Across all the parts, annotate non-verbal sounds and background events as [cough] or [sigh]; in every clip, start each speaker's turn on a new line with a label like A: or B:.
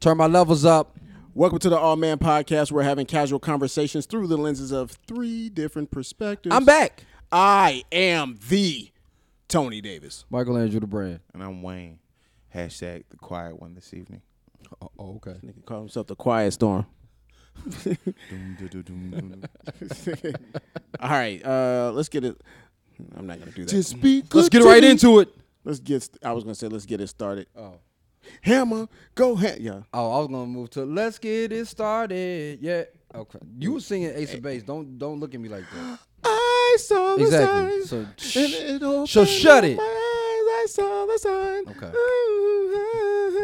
A: Turn my levels up.
B: Welcome to the All Man Podcast. We're having casual conversations through the lenses of three different perspectives.
A: I'm back.
B: I am the Tony Davis.
A: Michael Andrew the brand.
C: And I'm Wayne. Hashtag the quiet one this evening.
A: Oh, okay.
B: Nigga call himself the Quiet Storm.
C: Doom, doo, doo, doom, doom.
B: [laughs] All right, uh, let's get it. I'm not gonna do that.
C: speak.
A: Let's get right into it.
B: let's get. st- I was gonna say let's get it started.
A: Oh.
B: Hammer, go ahead. Yeah,
A: Oh, I was gonna move to let's get it started. Yeah. Okay. You were singing Ace of Base. Don't don't look at me like [laughs] that.
B: I saw the
A: Exactly.
B: sign.
A: So
B: and
A: shh.
B: it opened
A: So shut
B: up
A: it.
B: my eyes. I saw the sign.
A: Okay.
B: [laughs]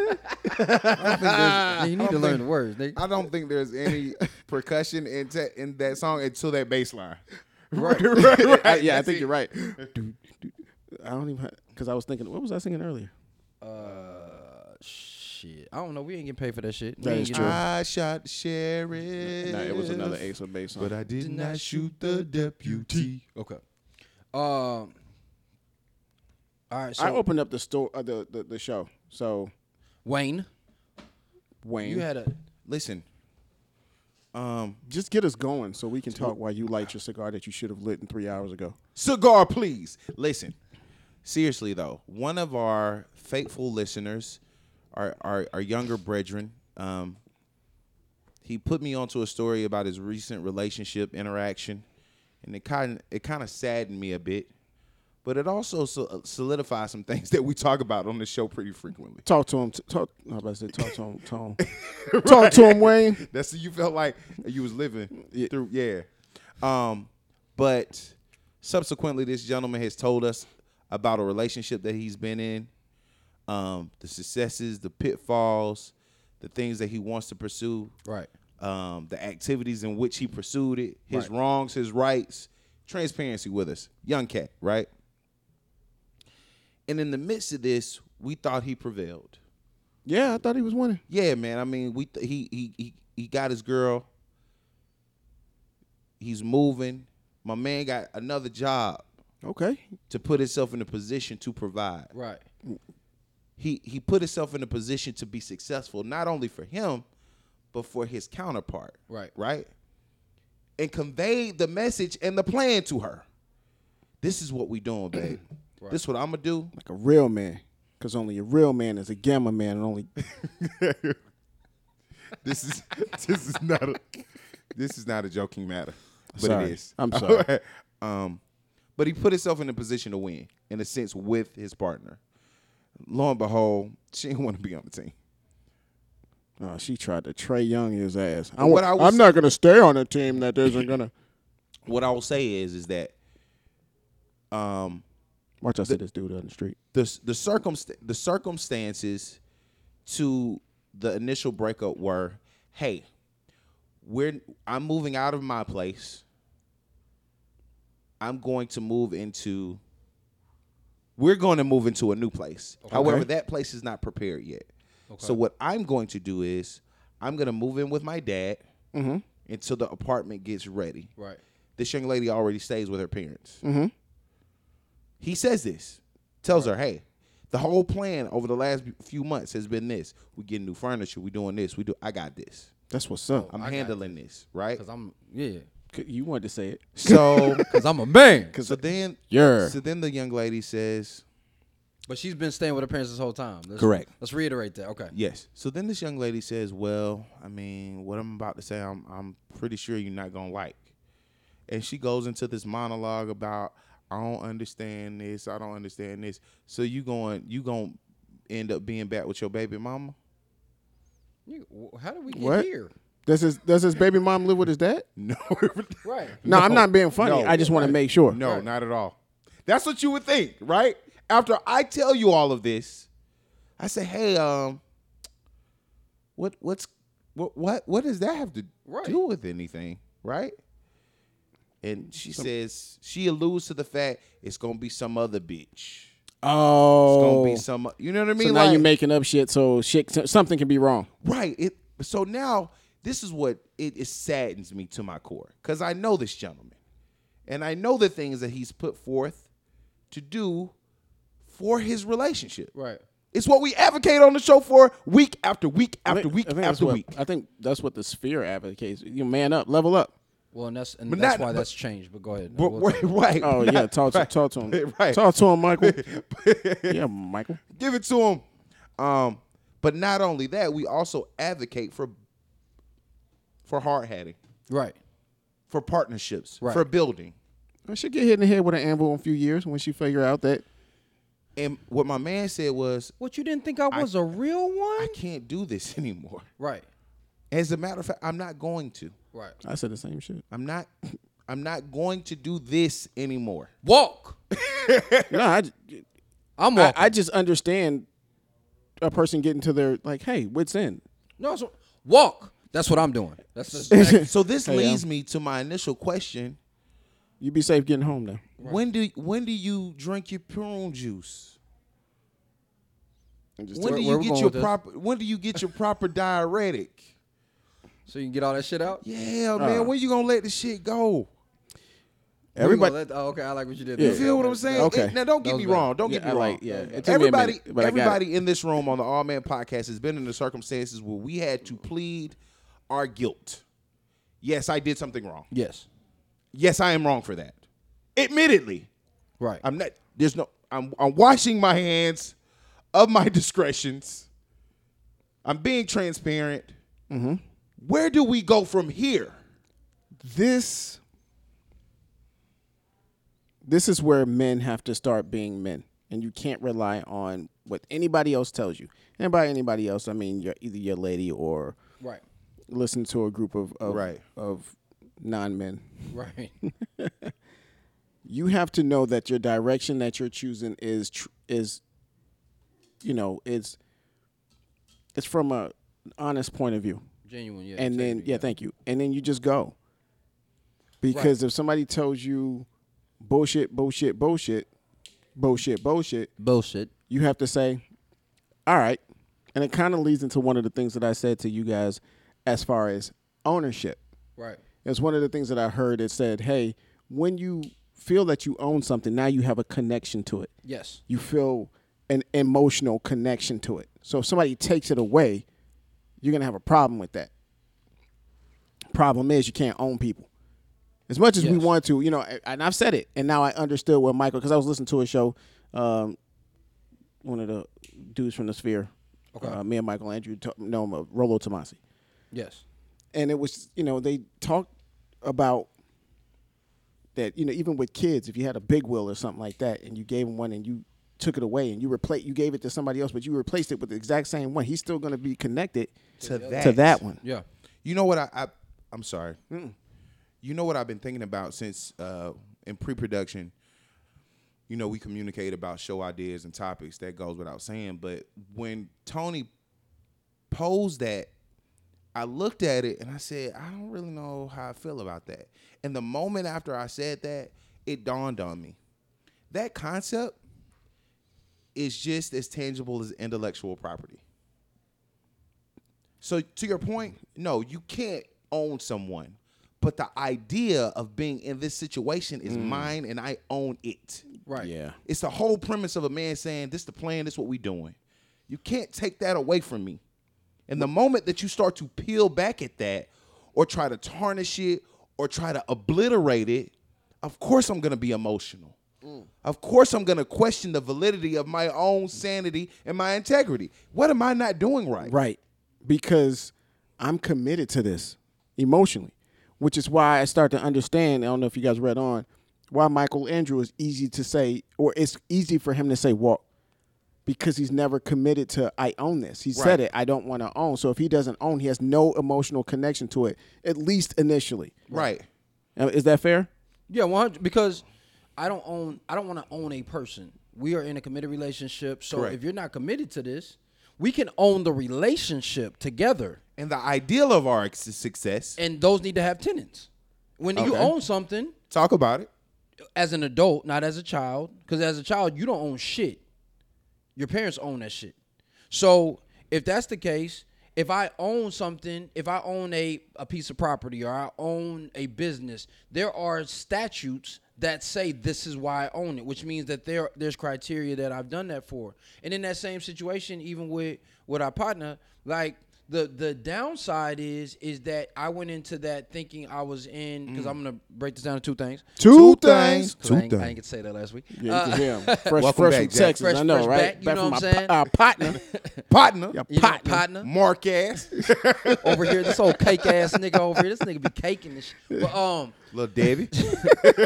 B: Ooh, ah, ah.
A: Nigga, [laughs] you need to
C: don't
A: learn
C: think-
A: the words. Nigga.
C: I don't think there's
B: [laughs]
C: any percussion in te- in that song until that bass line. [laughs]
A: Right.
C: I-
B: yeah, I think you're right. I don't even because I was thinking, what was I singing earlier?
A: Uh, shit. I don't know. We ain't getting paid for that shit. We
B: That
A: ain't
B: is
A: getting-
B: true.
C: I shot sheriff.
B: Nah, it was another Ace of Base song.
C: But I did not shoot the deputy.
A: Okay. Um. All right. So
B: I opened up the store, uh, the, the the show. So
A: Wayne,
B: Wayne,
A: you had a
C: Listen. Um,
B: just get us going so we can talk while you light your cigar that you should have lit in three hours ago.
C: cigar, please. Listen, seriously though, one of our faithful listeners, our our, our younger brethren, um, he put me onto a story about his recent relationship interaction, and it kind it kind of saddened me a bit, but it also so, solidified some things [laughs] that we talk about on the show pretty frequently.
B: Talk to him. t- Talk. I was about to say talk to him. Talk,
A: [laughs]
B: talk to him, Wayne.
C: That's you felt like you was living through, yeah. Um, but subsequently, this gentleman has told us about a relationship that he's been in, um, the successes, the pitfalls, the things that he wants to pursue,
A: right.
C: um, the activities in which he pursued it, his
A: Right.
C: wrongs, his rights, transparency with us, young cat, right? And in the midst of this, we thought he prevailed.
B: Yeah, I thought he was winning.
C: Yeah, man. I mean, we th- he he he he got his girl. He's moving. My man got another job
B: Okay.
C: to put himself in a position to provide.
A: Right.
C: He he put himself in a position to be successful, not only for him, but for his counterpart.
A: Right.
C: Right. And conveyed the message and the plan to her. This is what we
A: [clears throat]
C: doing, babe. This what I'm gonna do.
B: Like a real man, because only a real man is a gamma man, and only
C: This is [laughs] this is not a this is not a joking matter, but
B: Sorry.
C: it is.
B: I'm sorry.
C: [laughs] um, but he put himself in a position to win, in a sense, with his partner. Lo and behold, [laughs] she didn't want to be on the team.
B: oh, she tried to Trey Young his ass. I,
C: What
B: wa-
C: I was
B: I'm not gonna stay on a team that isn't gonna.
C: What I will say is, is that um,
B: Watch, I see this dude on the street.
C: the the circumst- the circumstances to the initial breakup were, hey, we're I'm moving out of my place. I'm going to move into. We're going to move into a new place. However, that place is not prepared yet. So what I'm going to do is I'm going to move in with my dad until the apartment gets ready
A: Right.
C: this young lady already stays with her parents. He says this, tells her, "Hey, the whole plan over the last few months has been this: we getting new furniture, we doing this, we do. I got this.
B: That's what's up.
C: I'm handling this, right?
A: Cause I'm yeah.
B: you wanted to say it.
A: [laughs]
C: So,
A: Cause I'm a man.
C: so then,
B: Yeah.
C: So then the young lady says,
A: But she's been staying with her parents this whole time. Let's,
C: Correct.
A: Let's reiterate that. Okay.
C: "Yes." So then this young lady says, "Well, I mean, what I'm about to say, I'm, I'm pretty sure you're not gonna like." And she goes into this monologue about, "I don't understand this. I don't understand this." So you going, you gonna end up being back with your baby mama? [laughs]
A: You- wh- how did we get
B: What?
A: here?
B: Does his does his baby mom live with his dad?
C: No,
A: Right.
B: No, I'm not being funny.
C: No.
B: I just want to make sure.
C: no, not at all. That's what you would think, right? After I tell you all of this, I say, "Hey, um, what, what's, what, what, what does that have to
A: Right.
C: do with anything, right?" And she says she alludes to the fact it's gonna be some other bitch. It's
B: Oh,
C: gonna be some, you know what I mean?
B: so now you're making up shit. So shit, so- something can be wrong.
C: Right. It so now this is what it, it saddens me to my core because I know this gentleman, and I know the things that he's put forth to do for his relationship.
A: Right.
C: It's what we advocate on the show for week after week
B: I
C: after
B: think-
C: week
B: I think that's
C: after
B: what-
C: week.
B: [laughs] I think that's what the sphere advocates. You man up, level up.
A: Well, and that's and
C: But
A: that's
C: not-
A: why
C: but-
A: that's changed. But go ahead.
C: But-
A: We'll
C: right,
A: talk.
C: right. [laughs]
B: Oh
C: not-
B: yeah, talk to
C: right.
B: talk to him.
C: [laughs] Right.
B: Talk to him, Michael. yeah, Michael.
C: [laughs] Give it to him. Um, but not only that, we also advocate for for hard hatting,
A: right.
C: for partnerships,
A: Right.
C: for building.
B: She'll get hit in the head with an anvil in a few years when she figure out that
C: And what my man said was,
A: What you didn't think I was a real one?
C: I can't do this [laughs] anymore.
A: Right.
C: As a matter of fact, I'm not going to.
A: Right.
B: I said the same [laughs] shit.
C: I'm not. [laughs] I'm not going to do this
A: [laughs]
C: anymore.
A: Walk.
B: no, I, j-
A: I'm
B: I,
A: walking.
B: I just understand a person getting to their like, hey, what's in?
A: no, so, walk. That's what I'm doing. That's exactly,
C: So this
B: Hey,
C: leads
A: um,
C: me to my initial question:
B: You be safe getting home now.
C: When do when do you drink your prune juice?
B: And just
C: When
A: Where-
C: do
A: where
C: you
A: we
C: get
A: going
C: your
A: with this?
C: proper? When do you get your proper diuretic?
A: so you can get all that shit out.
C: Yeah, man. When you gonna let the shit go?
A: We gonna
B: everybody,
A: let- oh, okay, I like what you did.
B: You
A: there.
C: You feel what I'm saying?
B: Okay.
C: It- now don't
A: That
C: get
A: was
C: me
A: better.
C: wrong. Don't
B: Yeah,
C: get me
B: I
C: wrong.
B: like- yeah, it took me a
C: everybody,
B: minute, but I got it.
C: everybody in this room on the All Man Podcast has been in the circumstances where we had to plead our guilt. Yes, I did something wrong.
A: Yes.
C: Yes, I am wrong for that. Admittedly,
A: Right.
C: I'm not. There's no. I'm. I'm washing my hands of my [laughs] discretions. I'm being transparent.
B: Mm-hmm.
C: Where do we go from here?
B: this this is where men have to start being men, and you can't rely on what anybody else tells you. And by anybody else, I mean your either your lady or
A: right.
B: listen to a group of of,
C: Right.
B: of non men.
A: Right.
B: You have to know that your direction that you're choosing is tr- is you know it's it's from a honest point of view.
A: Genuine. Yeah.
B: and then
A: integrity,
B: yeah, thank you. And then you just go. Because if somebody tells you bullshit, bullshit, bullshit, bullshit, bullshit,
A: Bullshit.
B: you have to say, all right. And it kind of leads into one of the things that I said to you guys as far as ownership.
A: Right.
B: It's one of the things that I heard that said, hey, when you feel that you own something, now you have a connection to it.
A: Yes.
B: You feel an emotional connection to it. So if somebody takes it away, you're going to have a problem with that. Problem is, you can't own people. As much as we
A: Yes.
B: want to, you know, a- and I've said it, and now I understood what Michael, because I was listening to a show, um, one of the dudes from the Sphere,
A: Okay.
B: uh, me and Michael Andrew, t- know him, uh, Rolo Tomasi
A: Yes.
B: and it was you know they talked about that you know even with kids if you had a big will or something like that and you gave him one and you took it away and you replace you gave it to somebody else but you replaced it with the exact same one he's still going to be connected
C: To
B: to
C: that.
B: that one
A: Yeah.
C: You know what I, I I'm sorry. You know what I've been thinking about since uh, in pre-production. You know we communicate about show ideas and topics that goes without saying, but when Tony posed that, I looked at it and I said, I don't really know how I feel about that. And the moment after I said that, it dawned on me. That concept is just as tangible as intellectual property. So to your point, no, you can't own someone, but the idea of being in this situation is mine and I own it.
A: Right.
B: yeah
C: It's the whole premise of a man saying, "This the plan. This what we doing." You can't take that away from me. And the moment that you start to peel back at that, or try to tarnish it, or try to obliterate it, of course I'm gonna be emotional. Of course I'm gonna question the validity of my own sanity and my integrity. What am I not doing right?
B: right because i'm committed to this emotionally which is why i start to understand i don't know if you guys read on why michael andrew is easy to say or it's easy for him to say walk because he's never committed to I own this. He said
C: Right.
B: it, I don't want to own. So if he doesn't own, he has no emotional connection to it, at least initially.
C: Right.
B: Uh, Is that fair?
A: Yeah, one hundred. Because I don't own. I don't want to own a person. We are in a committed relationship. So
C: Correct.
A: if you're not committed to this, we can own the relationship together,
C: And the ideal of our ex- success.
A: and those need to have tenants. When you
C: Okay.
A: own something
C: Talk about it.
A: as an adult, not as a child, because as a child you don't own shit. Your parents own that shit. So if that's the case, if I own something, if I own a, a piece of property or I own a business, there are statutes that say this is why I own it, which means that there there's criteria that I've done that for. And in that same situation, even with with our partner, like the the downside is is that I went into that thinking I was in because I'm gonna break this down to two things.
B: Two things.
A: 'Cause
D: Two
A: I ain't, I
D: things.
A: ain't get to say that last week.
B: Yeah, you
A: Uh,
B: can hear 'em. [laughs] Fresh,
C: Welcome
B: fresh
C: back,
B: from
C: Jack.
B: Texas,
A: Fresh-
B: I know,
A: fresh
B: right?
A: back, you know what
B: from my
A: I'm saying?
B: po- uh, partner.
C: Partner,
B: Your
A: you know,
B: partner.
A: partner.
C: Mark ass,
A: over here, this old cake ass nigga over here. This nigga be caking this. Shit. But um,
C: little Debbie.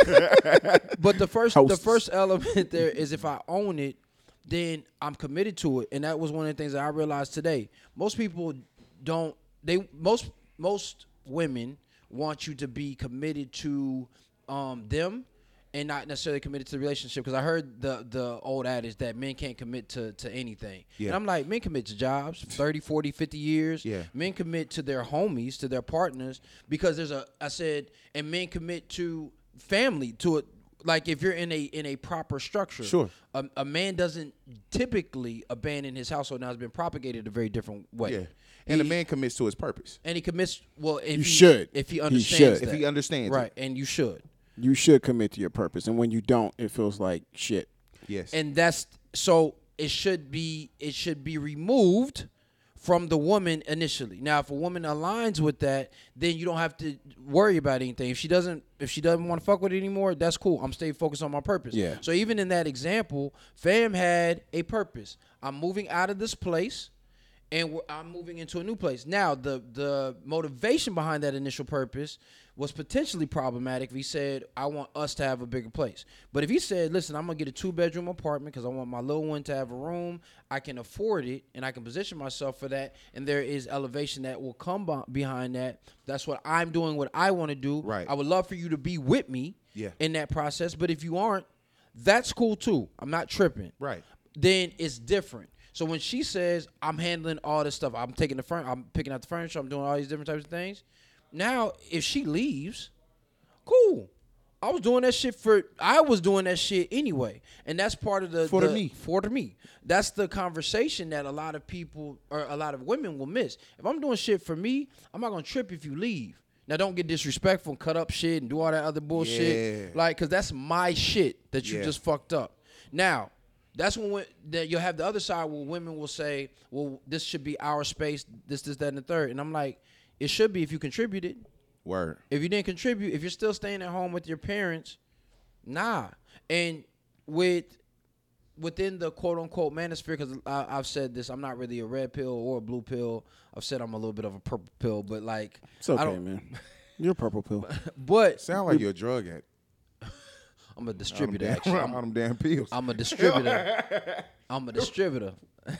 A: but the first
B: Hostess.
A: the first element there is if I own it, then I'm committed to it, and that was one of the things that I realized today. Most people don't. They most most women want you to be committed to um, them. And not necessarily committed to the relationship because I heard the the old adage that men can't commit to, to anything.
C: Yeah.
A: And I'm like, men commit to jobs 30, 40, 50 years.
C: Yeah.
A: Men commit to their homies, to their partners, because there's a I said, and men commit to family, to it like if you're in a in a proper structure.
C: Sure.
A: A, a man doesn't typically abandon his household. Now it's been propagated a very different way.
C: Yeah, and a
A: He-
C: man commits to his purpose.
A: and he commits well if he,
B: should.
A: if he
B: You
A: understands
B: should.
A: that.
C: If he understands it.
A: right and you should
B: You should commit to your purpose, and when you don't, it feels like shit.
C: Yes,
A: and that's so it should be it should be removed from the woman initially now if a woman aligns with that then you don't have to worry about anything if she doesn't if she doesn't want to fuck with it anymore that's cool i'm staying focused on my purpose
B: Yeah.
A: so even in that example fam had a purpose i'm moving out of this place and we're, i'm moving into a new place now the the motivation behind that initial purpose was potentially problematic if he said i want us to have a bigger place but if he said listen i'm gonna get a two bedroom apartment because i want my little one to have a room i can afford it and i can position myself for that and there is elevation that will come beh- behind that that's what i'm doing what i want to do
C: Right.
A: i would love for you to be with me
C: Yeah.
A: in that process but if you aren't that's cool too i'm not tripping
C: Right.
A: then it's different. So when she says, I'm handling all this stuff, I'm taking the furniture, I'm picking out the furniture, I'm doing all these different types of things. Now, if she leaves, cool. I was doing that shit for I was doing that shit anyway. And that's part of the
C: For the
A: the-
C: me.
A: For the me. That's the conversation that a lot of people or a lot of women will miss. If I'm doing shit for me, I'm not gonna trip if you leave. Now don't get disrespectful and cut up shit and do all that other bullshit.
C: Yeah.
A: Like, cause that's my shit that you
C: Yeah.
A: just fucked up. Now, that's when we, that you'll have the other side where women will say, "Well, this should be our space. This, this, that, and the third. And I'm like, it should be if you contributed.
C: word.
A: If you didn't contribute, if you're still staying at home with your parents, nah. And with within the quote unquote manosphere, because I've said this, I'm not really a red pill or a blue pill. I've said I'm a little bit of a purple pill, but like,
B: It's okay,
A: I don't,
B: man. You're a purple pill.
A: but
C: Sound like you're a drug addict.
A: I'm a
B: [laughs]
A: distributor.
C: Damn, [laughs]
A: Actually,
C: on them damn pills.
A: I'm a distributor. I'm a distributor. [laughs]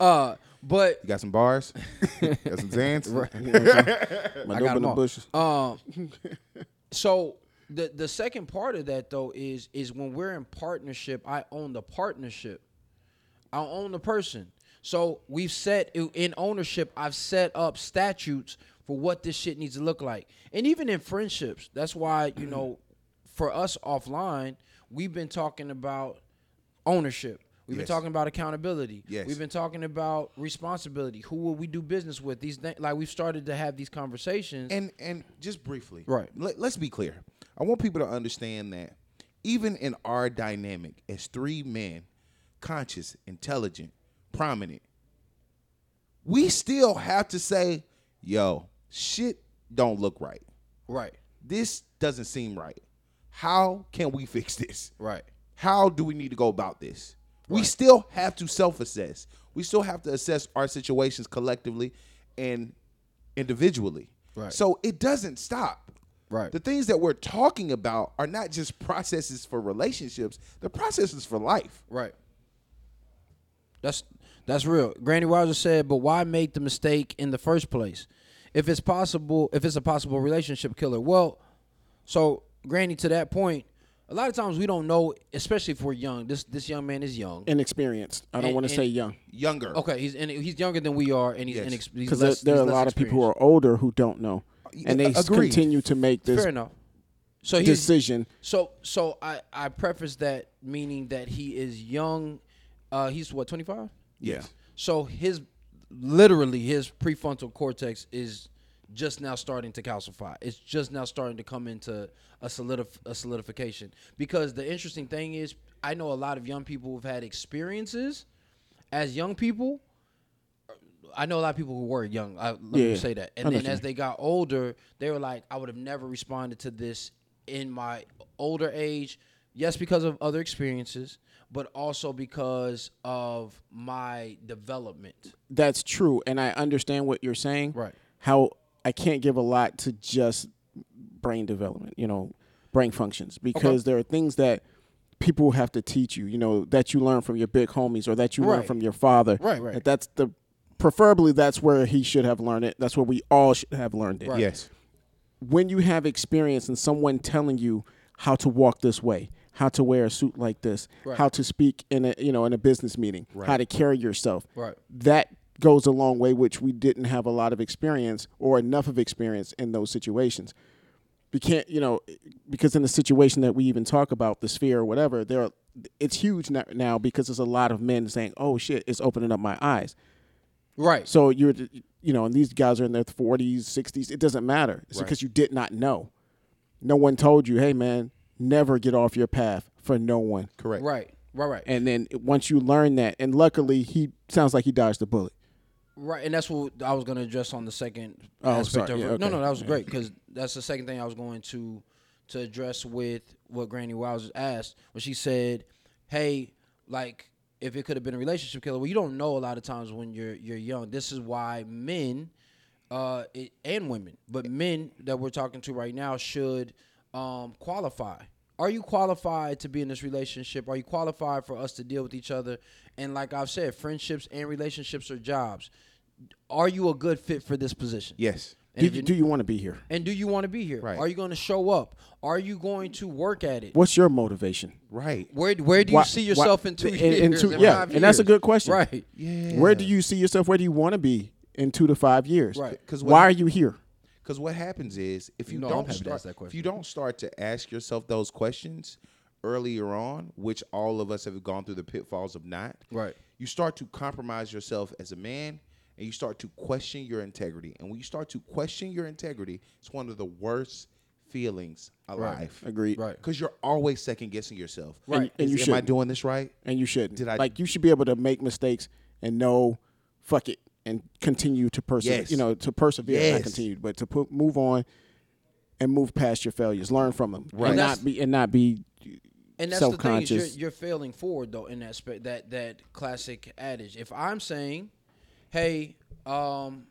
A: uh, but
C: you got some bars? got
A: [laughs]
C: some Zans?
B: My
A: [laughs] I
B: dope
A: got
B: in the
A: them
B: bushes.
A: all. Um, so the the second part of that though is is when we're in partnership, I own the partnership. I own the person. So we've set in ownership. I've set up statutes for what this shit needs to look like, and even in friendships. That's why you know, [clears throat] for us offline, we've been talking about ownership. We've
C: Yes.
A: been talking about accountability.
C: Yes.
A: We've been talking about responsibility. Who will we do business with? These things, like we've started to have these conversations.
C: And and just briefly,
A: Right.
C: Let, let's be clear. I want people to understand that even in our dynamic as three men, conscious, intelligent, prominent, we still have to say, "Yo, shit don't look right.
A: right.
C: This doesn't seem right. How can we [laughs] fix this?
A: Right.
C: How do we need to go about this? We still have to self-assess. We still have to assess our situations collectively and individually.
A: Right.
C: So it doesn't stop.
A: Right.
C: The things that we're talking about are not just processes for relationships, they're processes for life.
A: Right. That's that's real. Granny Rogers said, "But why make the mistake in the first place? If it's possible, if it's a possible relationship killer." Well, so Granny, to that point, a lot of times we don't know, especially if we're young. This this young man is young.
B: Inexperienced. I don't
A: And-
B: want to
A: and-
B: say young
C: Younger.
A: Okay, he's and he's younger than we are, and he's
C: Yes.
A: inex- he's
B: because
A: less-
B: there, there
A: he's
B: are a
A: less
B: lot of people who
A: experienced. Uh,
B: are older who don't know, and they s-
C: Agreed.
B: continue to make this
A: fair enough. So he's
B: decision.
A: so so I I preface that meaning that he is young. Uh, he's what twenty five.
C: Yes.
A: So his literally his prefrontal cortex is just now starting to calcify. It's just now starting to come into a solidif- a solidification. Because the interesting thing is, I know a lot of young people who've had experiences as young people. I know a lot of people who were young. I, let
B: Yeah.
A: me say that.
B: I
A: And
B: know
A: then
B: what you
A: as they got older, they were like, I would have never responded to this in my older age. Yes, because of other experiences, but also because of my development.
B: that's true and i understand what you're saying
A: Right.
B: how i can't give a lot to just brain development you know brain functions because there are things that people have to teach you you know that you learn from your big homies or that you learn
A: Right.
B: from your father
A: Right, right.
B: that that's the preferably that's where he should have learned it that's where we all should have learned it
A: Right.
C: Yes.
B: when you have experience and someone telling you how to walk this way, how to wear a suit like this,
A: Right.
B: how to speak in a you know in a business meeting, how to carry yourself,
A: Right.
B: that goes a long way, which we didn't have a lot of experience or enough of experience in those situations. We can't, you know, because in the situation that we even talk about, the sphere or whatever, there are, it's huge no- now because there's a lot of men saying, "Oh shit, it's opening up my eyes."
A: Right.
B: So you're, you know, and these guys are in their 40s, 60s. It doesn't matter. It's because you did not know. No one told you, hey, man, never get off your path for no one.
C: Correct.
A: Right. Right. Right.
B: And then once you learn that, and luckily, he sounds like he dodged the bullet.
A: Right, and that's what I was going to address on the second
B: Oh,
A: aspect of it.
B: sorry. Yeah,
A: No,
B: okay.
A: no, that was great because that's the second thing I was going to to address with what Granny Wiles asked when she said, "Hey, like if it could have been a relationship killer." Well, you don't know a lot of times when you're you're young. This is why men, uh, it, and women, but men that we're talking to right now should um qualify. Are you qualified to be in this relationship? Are you qualified for us to deal with each other? And like I've said, friendships and relationships are jobs are you a good fit for this position?
C: Yes.
B: Do
A: And,
B: you,
A: if
B: do
A: you,
B: you want to be here?
A: and do you want to be here?
C: Right.
A: Are you going to show up? Are you going to work at it?
B: What's your motivation?
C: Right.
A: Where Where do you
B: Why-
A: see
B: why-
A: yourself in two
B: in-
A: years?
B: in two-
A: in
B: yeah,
A: five
B: and that's a
A: years?
B: good question.
A: Right.
C: Yeah.
B: Where do you see yourself? Where do you want to be in two to five years?
A: Right.
C: 'Cause what-
B: Why are you here?
C: Because what happens is if you
A: No, I'm
C: don't
A: happy to
C: start,
A: ask that
C: if you
A: question.
C: don't start to ask yourself those questions earlier on, which all of us have gone through the pitfalls of not,
A: Right.
C: You start to compromise yourself as a man, and you start to question your integrity. And when you start to question your integrity, it's one of the worst feelings alive.
B: Agreed.
A: Right.
C: Because you're always second guessing yourself.
B: Right. And- and
C: Is-
B: you
C: am I
B: shouldn't.
C: doing this right?
B: And you shouldn't.
C: Did I-
B: like you should be able to make mistakes and know, fuck it, and continue to persevere.
C: Yes.
B: You know, to persevere,
C: Yes.
B: not continue, but to put, move on and move past your failures, learn from them,
C: Right.
B: and
A: that's-
B: not be and not be
A: And that's the thing is you're,
B: self-conscious.
A: you're failing forward though in that spe- that that classic adage. If I'm saying, "Hey, um,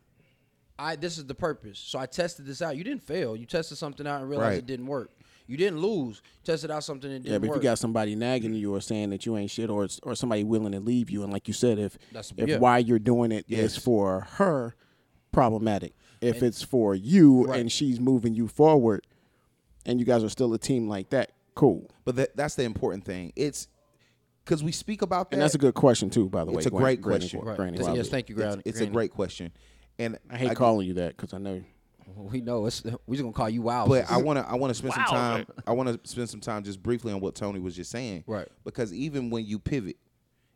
A: I this is the purpose," so I tested this out. You didn't fail. You tested something out and realized
C: Right.
A: it didn't work. You didn't lose. Tested out something that didn't
B: yeah, but if
A: work.
B: you got somebody nagging you or saying that you ain't shit, or it's- or somebody willing to leave you, and like you said, if
A: That's-
B: if
A: yeah.
B: why you're doing it is
C: Yes.
B: for her, problematic. If it's for you
A: Right.
B: and she's moving you forward, and you guys are still a team like that, cool.
C: But that, that's the important thing. It's because we speak about that.
B: And that's a good question too, by the way.
C: It's a
B: Gwen-
C: great
B: Granny-
C: question.
A: Right.
B: Granny
A: Yes,
B: Wilder.
A: yes, thank you,
C: It's,
A: Granny.
C: it's a great question, and
B: I hate calling you that because I know.
A: We know it's we're just gonna call you wild.
C: But I want to I want to spend some time. I want to spend some time just briefly on what Tony was just saying.
A: Right.
C: Because even when you pivot,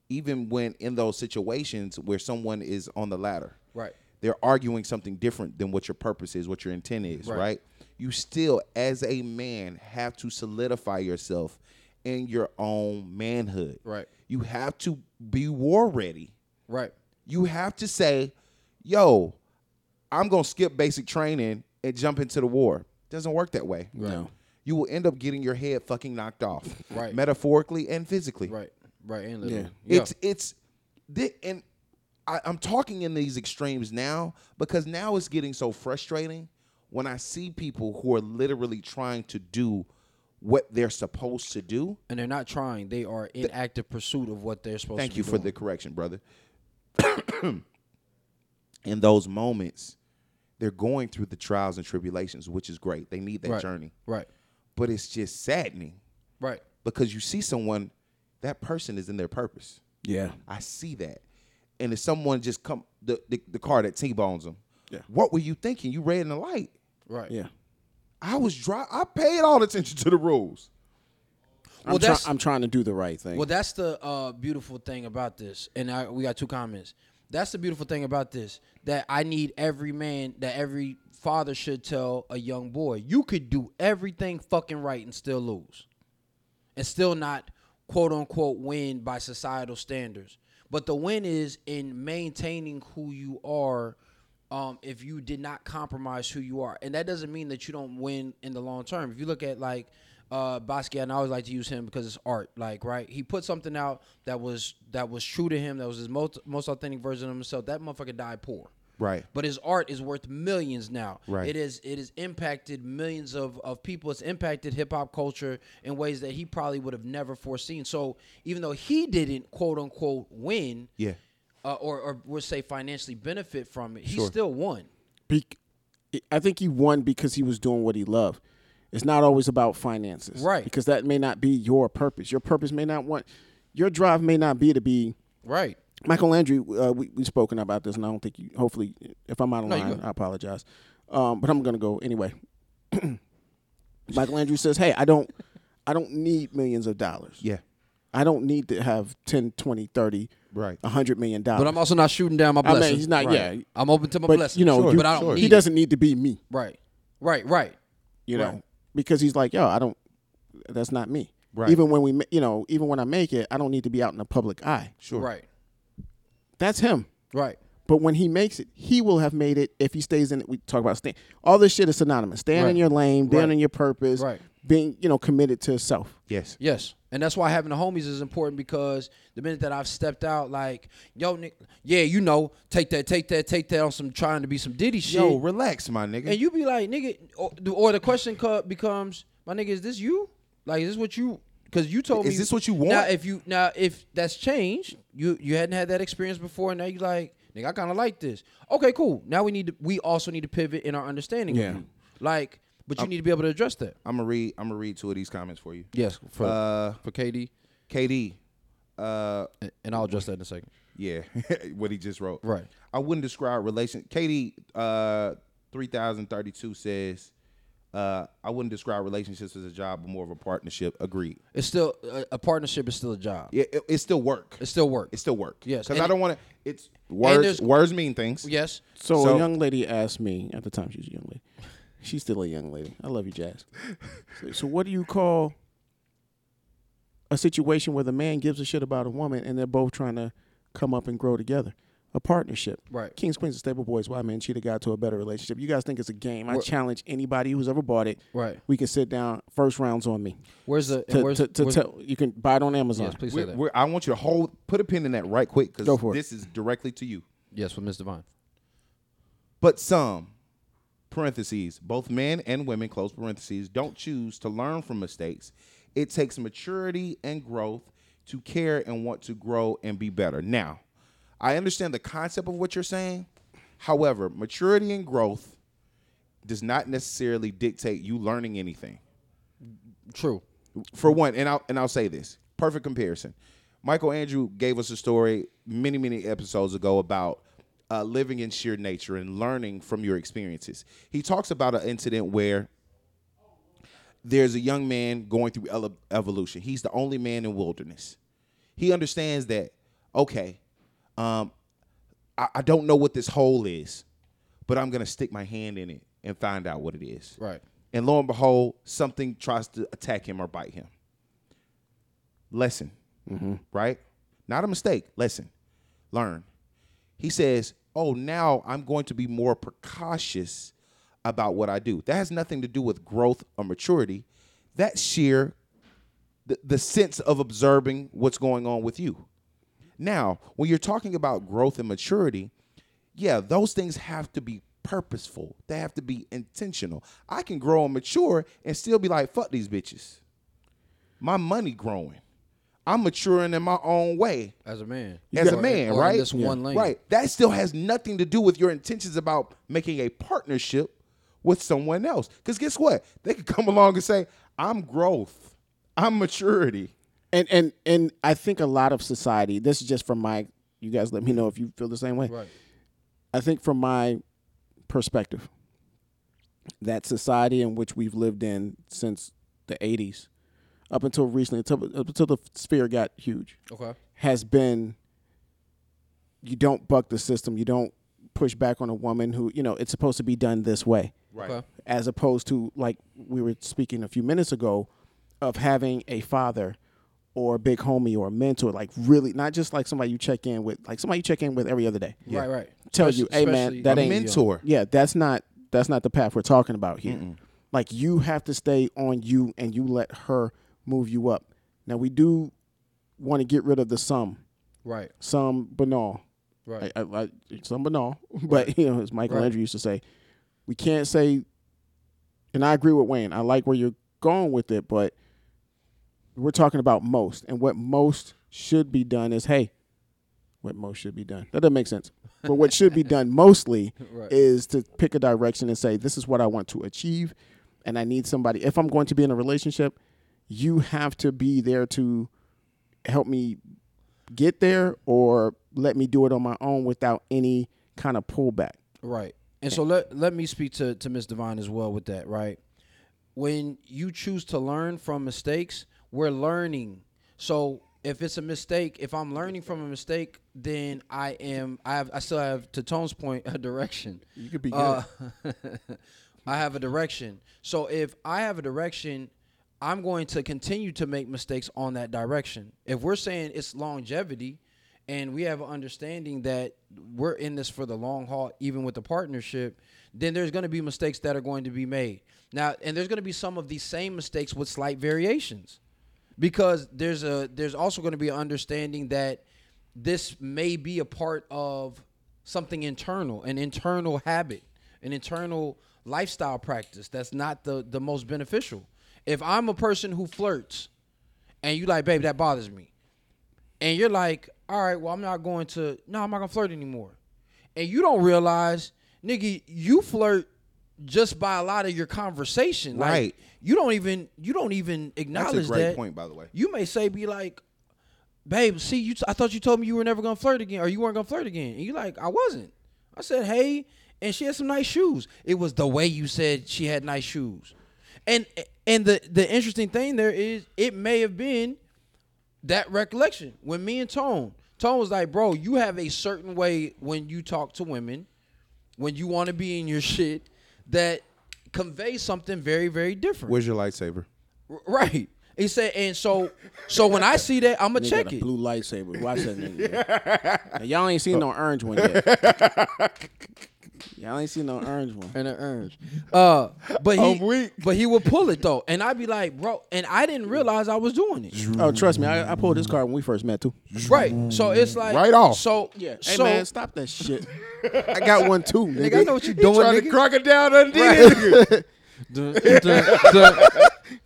C: even when in those situations where someone is on the ladder,
A: Right.
C: they're arguing something different than what your purpose is, what your intent is,
A: Right.
C: right? You still, as a man, have to solidify yourself in your own manhood.
A: Right.
C: You have to be war ready.
A: right.
C: You have to say, yo, I'm going to skip basic training and jump into the war. Doesn't work that way.
B: No.
C: You will end up getting your head fucking knocked off,
A: Right.
C: metaphorally and physically.
A: Right, right, and little.
B: Yeah.
C: It's it's thi- and I, I'm talking in these extremes now because now it's getting so frustrating when I see people who are literally trying to do what they're supposed to do.
A: and they're not trying; they are in active pursuit of what they're supposed
C: Thank
A: to
C: you
A: be
C: for the
A: doing.
C: correction, brother. [coughs] in those moments, they're going through the trials and tribulations, which is great. They need that
A: Right.
C: journey.
A: right,
C: But it's just saddening
A: right,
C: because you see someone, that person is in their purpose.
B: Yeah.
C: I see that. And if someone just come the the, the car that T bones them,
B: Yeah.
C: what were you thinking? You red in the light.
A: right.
B: Yeah.
C: I was dry. I paid all attention to the rules.
B: I'm,
A: Well,
B: try-
A: that's-
B: I'm trying to do the right thing.
A: Well, that's the uh, beautiful thing about this, and I, we got two comments. That's the beautiful thing about this that I need every man that every father should tell a young boy. You could do everything fucking right and still lose. And still not quote unquote win by societal standards. But the win is in maintaining who you are um, if you did not compromise who you are. And that doesn't mean that you don't win in the long term. If you look at like uh, Basquiat, and I always like to use him because it's art. Like, right? He put something out that was that was true to him. That was his most most authentic version of himself. That motherfucker died poor.
C: Right.
A: But his art is worth millions now.
C: Right.
A: It is it has impacted millions of, of people. It's impacted hip hop culture in ways that he probably would have never foreseen. So even though he didn't quote unquote win,
C: Yeah.
A: uh, or or we'll say financially benefit from it, he
C: Sure.
A: still won.
B: Bec- I think he won because he was doing what he loved. It's not always about finances,
A: Right.
B: Because that may not be your purpose. Your purpose may not want your drive may not be to be
A: Right.
B: Michael Landry. Uh, we we've spoken about this, and I don't think you. Hopefully, if I'm out of
A: No, you
B: line,
A: good.
B: I apologize. Um, but I'm gonna go anyway. [coughs] Michael Landry says, "Hey, I don't, I don't need millions of dollars.
C: Yeah.
B: I don't need to have 10, 20, 30,
C: Right.
B: 100 million dollars.
A: But I'm also not shooting down my
B: I mean,
A: blessings.
B: he's not- yeah.
A: I'm open to my
B: But,
A: blessings.
B: you know,
C: Sure,
B: you-
A: but I don't
C: sure.
A: need
B: he
A: it.
B: doesn't need to be me.
A: Right. Right. Right.
B: you know,
C: Right.
B: because he's like, yo, I don't, that's not me.
C: Right.
B: Even when we, ma- you know, even when I make it, I don't need to be out in the public eye.
C: Sure.
A: Right.
B: That's him.
A: Right.
B: But when he makes it, he will have made it if he stays in it. We talk about staying. All this shit is synonymous. Staying
A: Right.
B: in your lane, being
A: Right.
B: in your purpose,
A: Right.
B: being, you know, committed to self.
C: Yes.
A: Yes, and that's why having the homies is important because the minute that I've stepped out, like yo, Nick, yeah, you know, take that, take that, take that on some trying to be some Diddy shit,
C: Yo, relax, my nigga.
A: and you be like, nigga, or, or the question co- becomes, my nigga, is this you? Like, is this what you? Because you told me,
C: Is this what you
A: Now,
C: want?
A: if you now if that's changed, you you hadn't had that experience before, and now you like, nigga, I kind of like this. Okay, cool. Now we need to, we also need to pivot in our understanding
B: Yeah.
A: of you, like, but you need to be able to address that.
C: I'm gonna read. I'm gonna read two of these comments for you.
A: Yes, for
C: Uh,
A: for KD,
C: KD. Uh,
A: and- and I'll address that in a second.
C: yeah, [laughs] what he just wrote.
A: Right.
C: I wouldn't describe relation. KD. Uh, three thousand thirty-two says. Uh, I wouldn't describe relationships as a job, but more of a partnership. Agreed.
A: It's still a, a partnership is still a job.
C: Yeah, it, it's still work.
A: It still works.
C: It's still work.
A: Yes,
C: because
A: and
C: I
A: it-
C: don't want to. It's
A: there's-
C: words. Words mean things.
A: yes.
B: So,
C: So-
B: a young lady asked me at the time, she was a young lady. She's still a young lady. I love you,
A: [laughs]
B: Jazz. so, so what do you call a situation where the man gives a shit about a woman and they're both trying to come up and grow together? A partnership.
A: Right.
B: Kings, Queens, and Stable Boys, why men cheat a guy to a better relationship. You guys think it's a game. I challenge anybody who's ever bought it.
A: Right.
B: We can sit down. First round's on me.
A: Where's the and
B: To,
A: where's,
B: to, to
A: where's-
B: tell, you can buy it on Amazon.
A: Yes, please say
C: We're,
A: that.
C: we're, I want you to hold. Put a pin in that right quick because
B: Go for it.
C: this is directly to you.
A: Yes, with Ms. Divine.
C: But some, parentheses, both men and women, close parentheses, don't choose to learn from mistakes. It takes maturity and growth to care and want to grow and be better. Now, I understand the concept of what you're saying. However, maturity and growth does not necessarily dictate you learning anything
A: True.
C: for one, and I'll and I'll say this perfect comparison. Michael Andrew gave us a story many many episodes ago about uh, living in sheer nature and learning from your experiences. He talks about an incident where there's a young man going through ele- evolution. He's the only man in wilderness. He understands that okay, um, I, I don't know what this hole is, but I'm gonna stick my hand in it and find out what it is.
A: Right.
C: And lo and behold, something tries to attack him or bite him. Lesson, right? Not a mistake. Lesson, learn. He says, "Oh, now I'm going to be more precautious about what I do." That has nothing to do with growth or maturity. That's sheer the, the sense of observing what's going on with you. Now, when you're talking about growth and maturity, yeah, those things have to be purposeful. They have to be intentional. I can grow and mature and still be like, fuck these bitches. My money growing. I'm maturing in my own way
A: As a man.
C: as a
A: Or-
C: man,
A: or in
C: right?
A: this one lane.
C: Right. That still has nothing to do with your intentions about making a partnership with someone else. Because guess what? They could [laughs] come along and say, I'm growth, I'm maturity.
B: and and and I think a lot of society. This is just from my. You guys, let me know if you feel the same way.
A: Right.
B: I think from my perspective, that society in which we've lived in since the '80s, up until recently, up up until the sphere got huge,
A: Okay.
B: has been you don't buck the system. You don't push back on a woman who you know it's supposed to be done this way,
C: Right.
A: Okay.
B: as opposed to like we were speaking a few minutes ago of having a father or a big homie or a mentor, like really not just like somebody you check in with, like somebody you check in with every other day.
A: Right, right.
B: Tell you,
A: Especially-
B: hey man,
A: especially-
B: that
C: A
B: ain't
C: mentor.
B: yeah, that's not that's not the path we're talking about here. Like you have to stay on you and you let her move you up. Now we do want to get rid of the some,
A: Right,
B: some banal,
A: right.
B: I, I, I, some banal, [laughs] but you know as Michael
A: Right.
B: Andrew used to say, we can't say. And I agree with Wayne. I like where you're going with it, but we're talking about most, and what most should be done is hey, what most should be done. That doesn't make sense. But what should
A: [laughs]
B: be done mostly
A: Right.
B: is to pick a direction and say, this is what I want to achieve. And I need somebody, if I'm going to be in a relationship, you have to be there to help me get there or let me do it on my own without any kind of pullback.
A: Right. And so let let me speak to to Miss Divine as well with that, right? When you choose to learn from mistakes, we're learning. So if it's a mistake, if I'm learning from a mistake, then I am I have I still have to Tone's point [laughs] a direction. Uh, You
B: could
A: [laughs]
B: be
A: I have a direction. So if I have a direction, I'm going to continue to make mistakes on that direction. If we're saying it's longevity, and we have an understanding that we're in this for the long haul, even with the partnership, then there's going to be mistakes that are going to be made. Now, and there's going to be some of these same mistakes with slight variations, because there's a there's also going to be an understanding that this may be a part of something internal, an internal habit, an internal lifestyle practice that's not the the most beneficial. If I'm a person who flirts, and you like, babe, that bothers me and you're like, all right, well, I'm not going to, no, I'm not gonna flirt anymore. And you don't realize, nigga, you flirt just by a lot of your conversation. Like,
C: Right.
A: You don't even, you don't even
C: That's
A: acknowledge
C: a great
A: that.
C: point, by the way.
A: You may say, be like, babe, see, you, t- I thought you told me you were never gonna flirt again, or you weren't gonna flirt again. And you like, I wasn't. I said, hey, and she had some nice shoes. It was the way you said she had nice shoes. And and the the interesting thing there is, it may have been that recollection when me and Tone, Tone was like, bro, you have a certain way when you talk to women, when you want to be in your shit, that conveys something very, very different.
C: Where's your lightsaber?
A: R- right. He said, and so, so when I see that, I'ma check it.
B: blue lightsaber. Watch that nigga. [laughs] Now, y'all ain't seen no orange one yet. [laughs] y'all ain't seen no orange one.
A: and an urge. Uh, but he,
C: I'm weak.
A: but he would pull it though, and I'd be like, bro, and I didn't realize I was doing it.
B: Oh, trust me, I, I pulled this card when we first met too.
A: Right. So it's like
C: Right off.
A: So
B: Yeah. Hey
A: so
B: man, stop that shit. [laughs] I got one too, nigga.
A: nigga, I know what you're doing.
C: Trying to
A: nigga.
C: crocodile Dundee. [laughs]
A: dun, dun,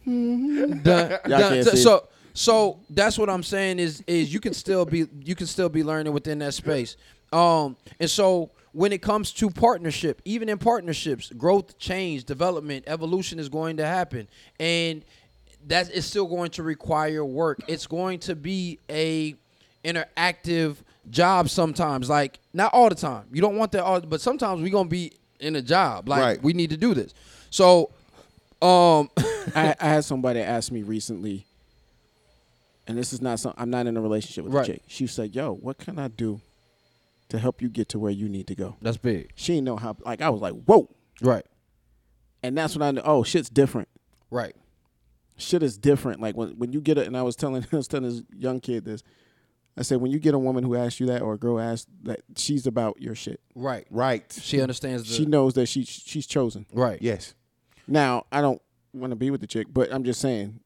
A: [laughs] dun, dun, dun,
B: can't
A: dun.
B: see.
A: so so that's what I'm saying is is you can still be you can still be learning within that space. Um and so when it comes to partnership, even in partnerships, growth, change, development, evolution is going to happen. And that is still going to require work. It's going to be a interactive job sometimes. Like not all the time. You don't want that all but sometimes we're gonna be in a job. Like
C: Right.
A: we need to do this. So um [coughs]
B: I, I had somebody ask me recently, and this is not some. I'm not in a relationship with
A: Right.
B: a chick. She said, "Yo, what can I do to help you get to where you need to go?"
A: That's big.
B: She didn't know how. Like I was like, "Whoa!"
A: Right.
B: And that's when I knew. Oh, shit's different.
A: Right.
B: Shit is different. Like when when you get it, and I was telling [laughs] I was telling this young kid this. I said, when you get a woman who asks you that, or a girl asks that, she's about your shit.
A: Right.
C: Right.
A: She understands the
B: She knows that she she's chosen.
A: right.
C: Yes.
B: Now I don't want to be with the chick, but I'm just saying,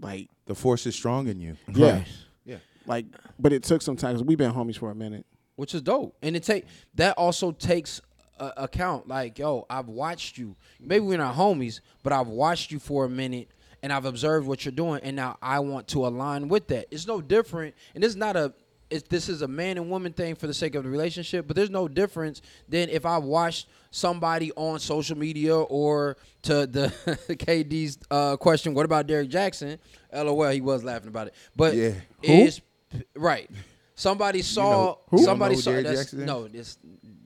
B: like,
C: The force is strong in you.
B: yeah,
C: Yeah.
B: like, but it took some time 'cause we've been homies for a minute.
A: Which is dope. And it take that also takes uh, account like yo, I've watched you. Maybe we're not homies, but I've watched you for a minute. And I've observed what you're doing, and now I want to align with that. It's no different, and it's not a. It's, this is a man and woman thing for the sake of the relationship, but there's no difference than if I watched somebody on social media or to the [laughs] KD's uh, question. What about Derek Jackson? LOL, he was laughing about it, but
C: Yeah.
A: Who? is right. Somebody saw
C: who?
A: Oh, somebody
C: You don't know
A: saw
C: who Derrick
A: that's,
C: Jackson is?
A: no this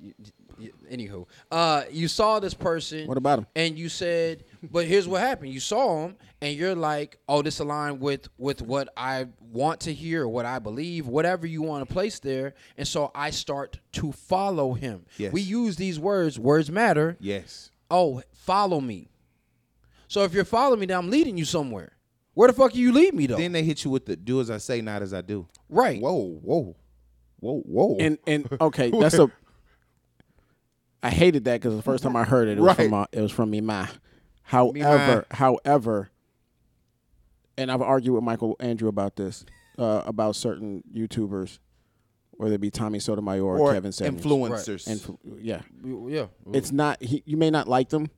A: y- y- anywho. Uh you saw this person
B: What about him?
A: and you said, But here's what happened: you saw him, and you're like, "Oh, this aligned with with what I want to hear, what I believe, whatever you want to place there." And so I start to follow him.
C: Yes.
A: We use these words. Words matter.
C: Yes.
A: Oh, follow me. So if you're following me, then I'm leading you somewhere. Where the fuck are you lead me though?
C: Then they hit you with the do as I say, not as I do.
A: right.
C: Whoa, whoa, whoa, whoa.
B: And
C: [laughs]
B: and okay, that's a. I hated that because the first time I heard it, it was from
C: Right.
B: uh, it was from Mima. However, however, and I've argued with Michael Andrew about this, uh, about certain YouTubers, whether it be Tommy Sotomayor or,
C: or
B: Kevin Samuels.
C: influencers.
B: Influ- yeah,
A: Yeah.
B: it's not. He, you may not like them,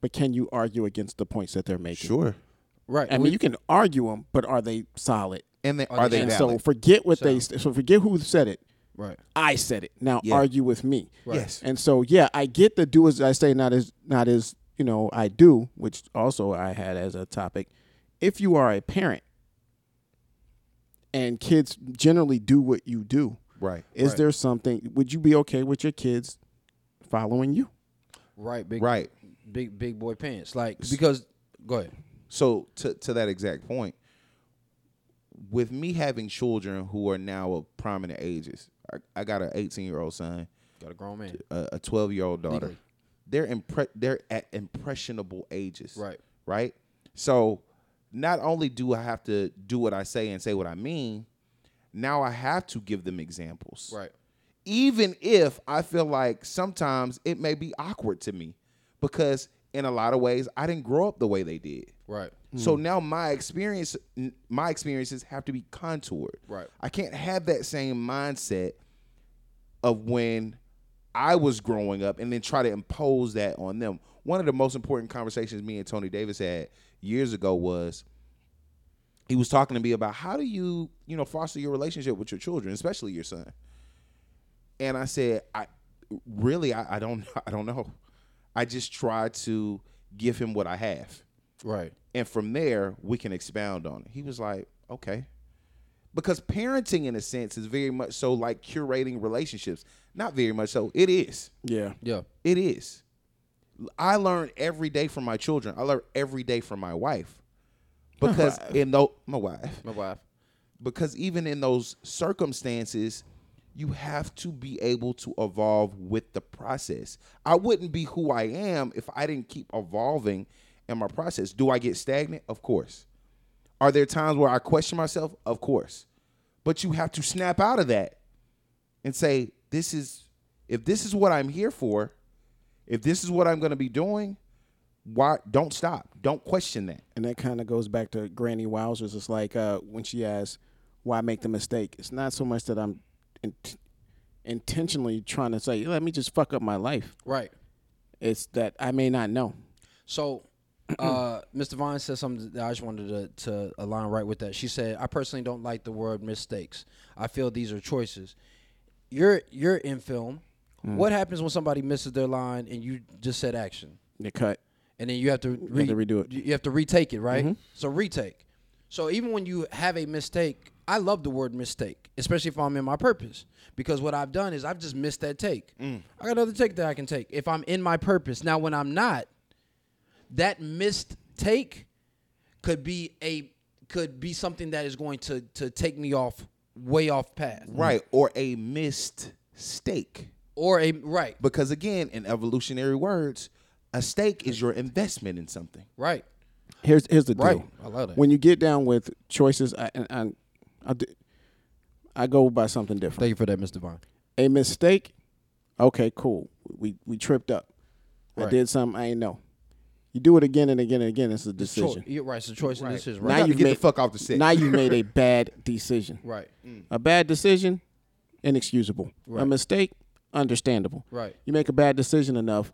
B: but can you argue against the points that they're making?
C: sure.
A: Right.
B: I mean, you can argue them, but are they solid?
C: And they are they
B: and
C: valid?
B: so forget what they. So forget who said it.
A: right.
B: I said it. Now
C: Yeah.
B: argue with me.
C: Yes.
B: And so yeah, I get the do as I say, not as not as you know I do, which also I had as a topic. If you are a parent and kids generally do what you do,
C: Right.
B: is there something? Would you be okay with your kids following you?
A: Right. Big.
C: Right.
A: Big big boy pants. Like because. Go ahead.
C: So to to that exact point, with me having children who are now of prominent ages, I, I got an 18 year old son,
A: Got a grown man.
C: a a 12 year old daughter.
A: Legally.
C: They're impre- they're at impressionable ages.
A: Right.
C: Right. So not only do I have to do what I say and say what I mean, now I have to give them examples.
A: Right.
C: even if I feel like sometimes it may be awkward to me because in a lot of ways I didn't grow up the way they did.
A: Right.
C: So now my experience n- my experiences have to be contoured.
A: Right.
C: I can't have that same mindset of when I was growing up and then try to impose that on them. One of the most important conversations me and Tony Davis had years ago was he was talking to me about how do you, you know, foster your relationship with your children, especially your son. And I said, I really I, I don't [laughs] I don't know. I just try to give him what I have.
A: Right.
C: And from there, we can expound on it. He was like, okay. Because parenting, in a sense, is very much so like curating relationships. Not very much so. It is.
B: Yeah.
A: Yeah.
C: It is. I learn every day from my children. I learn every day from my wife. Because in though my wife.
A: My wife.
C: Because even in those circumstances, you have to be able to evolve with the process. I wouldn't be who I am if I didn't keep evolving in my process. Do I get stagnant? Of course. Are there times where I question myself? Of course. But you have to snap out of that and say, this is, if this is what I'm here for, if this is what I'm going to be doing, why don't stop? Don't question that.
B: And that kind of goes back to Granny Wowzers. It's like uh, when she asks, "Why make the mistake?" It's not so much that I'm in- intentionally trying to say, "Let me just fuck up my life."
A: Right.
B: It's that I may not know.
A: So, uh, [clears throat] Mr. Vine said something that I just wanted to, to align right with that. She said, "I personally don't like the word mistakes. I feel these are choices. You're you're in film. What happens when somebody misses their line and you just said action,
B: The cut.
A: and then you have to, Mm-hmm. re-
B: to redo it.
A: You you have to retake it, right? So retake. So even when you have a mistake, I love the word mistake, especially if I'm in my purpose, because what I've done is I've just missed that take. I got another take that I can take if I'm in my purpose. Now, when I'm not." that missed take could be a could be something that is going to to take me off way off path
C: Right. Or a missed stake.
A: or a right
C: Because again, in evolutionary words, a stake is your investment in something.
A: right
B: Here's here's the deal.
A: Right. I love that.
B: When you get down with choices, I and I, I, d- I go by something different.
A: thank you for that mr vaughn
B: a mistake. Okay, cool. We we tripped up. I
A: Right.
B: did something I ain't know. You do it again and again and again. It's a decision.
A: you're right it's a choice and decision
B: Now
A: right
C: gotta
B: you've
C: get the
B: made-
C: fuck off the set.
B: Now you made a bad decision.
A: right
B: A bad decision, inexcusable. A mistake, understandable.
A: Right.
B: You make a bad decision enough,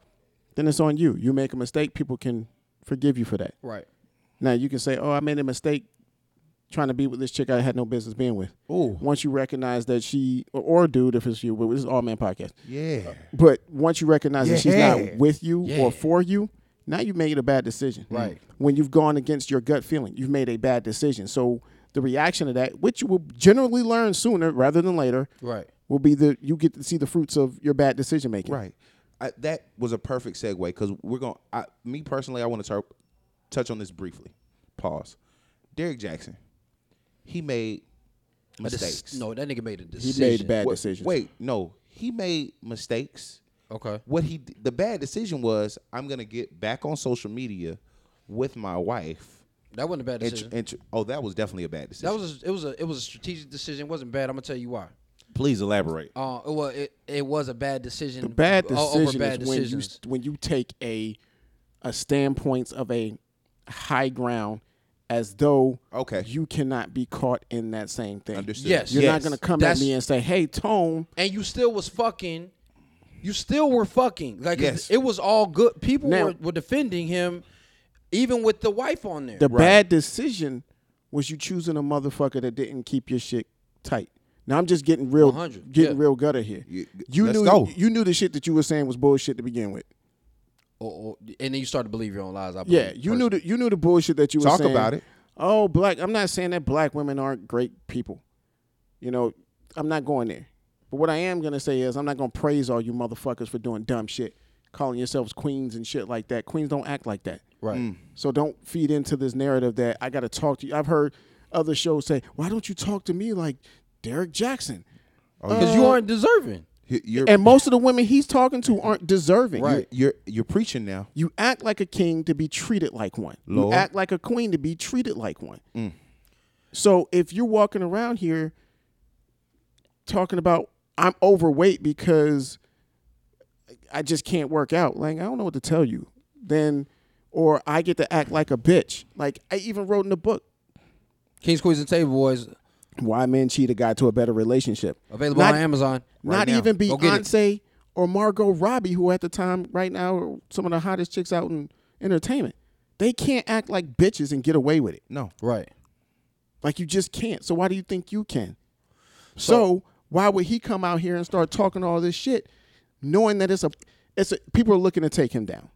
B: then it's on you. You make a mistake, people can forgive you for that.
A: right
B: Now you can say, "Oh, I made a mistake trying to be with this chick I had no business being with."
C: Ooh.
B: Once you recognize that she or, or dude, if it's you, but this is all man podcast.
C: Yeah.
B: But once you recognize that she's
C: Yeah.
B: not with you
A: Yeah.
B: or for you, now you made a bad decision.
A: Right.
B: When you've gone against your gut feeling, you've made a bad decision. So the reaction to that, which you will generally learn sooner rather than later,
A: right
B: will be the you get to see the fruits of your bad decision making.
C: Right. I, that was a perfect segue because we're going to, me personally, I want to touch on this briefly. Pause. Derek Jackson, he made
A: A dec-
C: mistakes.
A: no, that nigga made a
B: He
A: decision.
B: made bad
C: Wa-
B: decisions.
C: Wait, no, he made mistakes.
A: Okay.
C: What he d- the bad decision was, I'm gonna get back on social media with my wife.
A: That wasn't a bad
C: And,
A: decision.
C: tr- and tr- oh, that was definitely a bad decision.
A: that was a, it was a it was a strategic decision. It wasn't bad. I'm gonna tell you why.
C: Please elaborate.
A: Uh, it was it, it was a bad decision.
B: The bad
A: o-
B: decision
A: over bad
B: is when you,
A: decisions.
B: st- when you take a a standpoint of a high ground as though
C: Okay.
B: you cannot be caught in that same thing.
C: Understood.
A: Yes.
B: You're
C: Yes.
B: not going to come
A: That's-
B: at me and say, "Hey, Tone,
A: and you still was fucking. You still were fucking. Like 'cause
C: Yes.
A: it was all good. People
B: Now-
A: were, were defending him, even with the wife on there.
B: the bad decision was you choosing a motherfucker that didn't keep your shit tight." Now I'm just getting real
A: 100,
B: getting
A: yeah.
B: real gutter here.
C: You-
B: You,
C: let's
B: knew
C: go.
B: you knew the shit that you were saying was bullshit to begin with.
A: Or- or- and then you start to believe your own lies. I
B: Yeah,
A: believe,
B: you knew the you knew the bullshit that you
C: Talk
B: were saying.
C: about it.
B: Oh, black. I'm not saying that black women aren't great people. You know, I'm not going there. But what I am gonna say is, I'm not gonna praise all you motherfuckers for doing dumb shit, calling yourselves queens and shit like that. Queens don't act like that.
A: Right. Mm.
B: So don't feed into this narrative that I gotta talk to you. I've heard other shows say, "Why don't you talk to me like Derek Jackson?" Uh,
A: because you aren't deserving.
C: He- You're,
B: And most of the women he's talking to aren't deserving.
A: Right.
C: you're you're you're preaching now.
B: You act like a king to be treated like one.
C: Lord.
B: You act like a queen to be treated like one. So if you're walking around here talking about I'm overweight because I just can't work out, like I don't know what to tell you. Then or I get to act like a bitch. Like I even wrote in the book
A: King's Queens and Table Boys
B: why men cheat a guy to a better relationship.
A: available
B: Not-
A: on Amazon.
B: not
C: now.
B: even
A: Go get it.
B: Beyonce or Margot Robbie, who at the time right now are some of the hottest chicks out in entertainment. They can't act like bitches and get away with it.
C: No.
A: Right.
B: Like you just can't. So why do you think you can? So, why would he come out here and start talking all this shit, knowing that it's a, it's a, people are looking to take him down,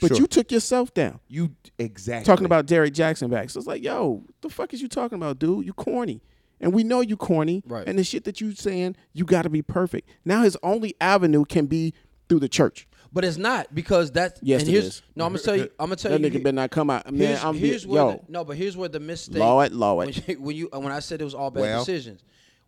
B: but
C: Sure.
B: you took yourself down.
C: You exactly
B: Talking about Derek Jackson back. So it's like, yo, what the fuck is you talking about, dude? You corny. And we know you corny.
A: Right.
B: And the shit that you saying, you gotta be perfect. Now his only avenue can be through the church.
A: But it's not because that's
B: Yes,
A: and
B: it
A: here's,
B: is.
A: No, I'm gonna tell you. I'm gonna tell
B: That
A: you.
B: nigga better not come out. Man,
A: here's,
B: I'm
A: here's
B: be,
A: where
B: yo.
A: the, no, but here's where the mistake.
B: Lord, Lord.
A: When you, when you when I said it was all bad
C: Well.
A: decisions,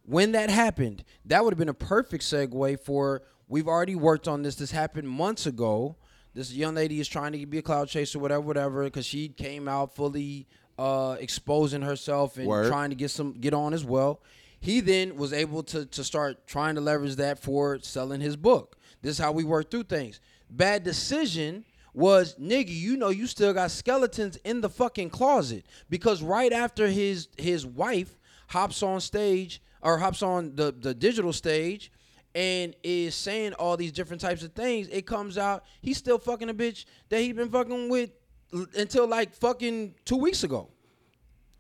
A: when that happened, that would have been a perfect segue for. We've already worked on this. This happened months ago. This young lady is trying to be a cloud chaser, whatever, whatever, because she came out fully uh, exposing herself and
C: Word.
A: trying to get some get on as well. He then was able to to start trying to leverage that for selling his book. This is how we work through things. Bad decision was nigga, you know you still got skeletons in the fucking closet because right after his his wife hops on stage or hops on the the digital stage and is saying all these different types of things, it comes out he's still fucking a bitch that he's been fucking with l- until like fucking 2 weeks ago.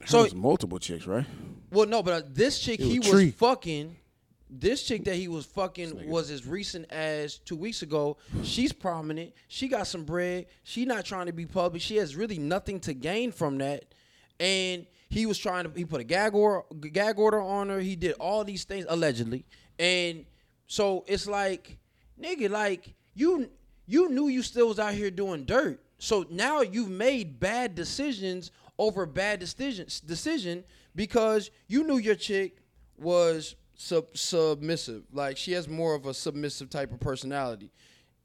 A: So
B: multiple chicks, right?
A: well, no, but uh, this chick he was
B: tree.
A: fucking. This chick that he was fucking was as recent as two weeks ago. She's prominent. She got some bread. She not trying to be public. She has really nothing to gain from that. And he was trying to. He put a gag order, gag order on her. He did all these things allegedly. And so it's like, nigga, like you, you knew you still was out here doing dirt. So now you've made bad decisions over bad decisions decision because you knew your chick was sub- submissive. Like she has more of a submissive type of personality,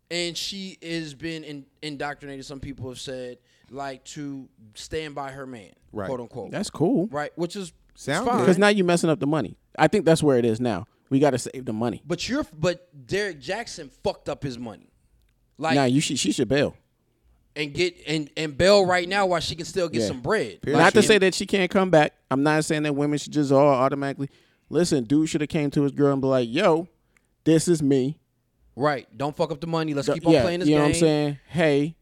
A: and she has been in- indoctrinated. Some people have said like to stand by her man,
C: Right.
A: quote unquote,
B: That's cool.
A: right, which is
C: Sound
A: fine.
C: good.
B: Because now you're messing up the money. I think that's where it is now. We gotta save the money.
A: But you're but Derek Jackson fucked up his money. Like
B: Nah, you should she should bail.
A: and get and and bail right now while she can still get
B: Yeah.
A: some bread.
B: Not
A: Like,
B: to
A: and-
B: say that she can't come back. I'm not saying that women should just all automatically. Listen, dude should have came to his girl and be like, "Yo, this is me.
A: right. Don't fuck up the money. Let's keep on
B: Uh, yeah,
A: playing this
B: you know
A: game.
B: what I'm saying? Hey,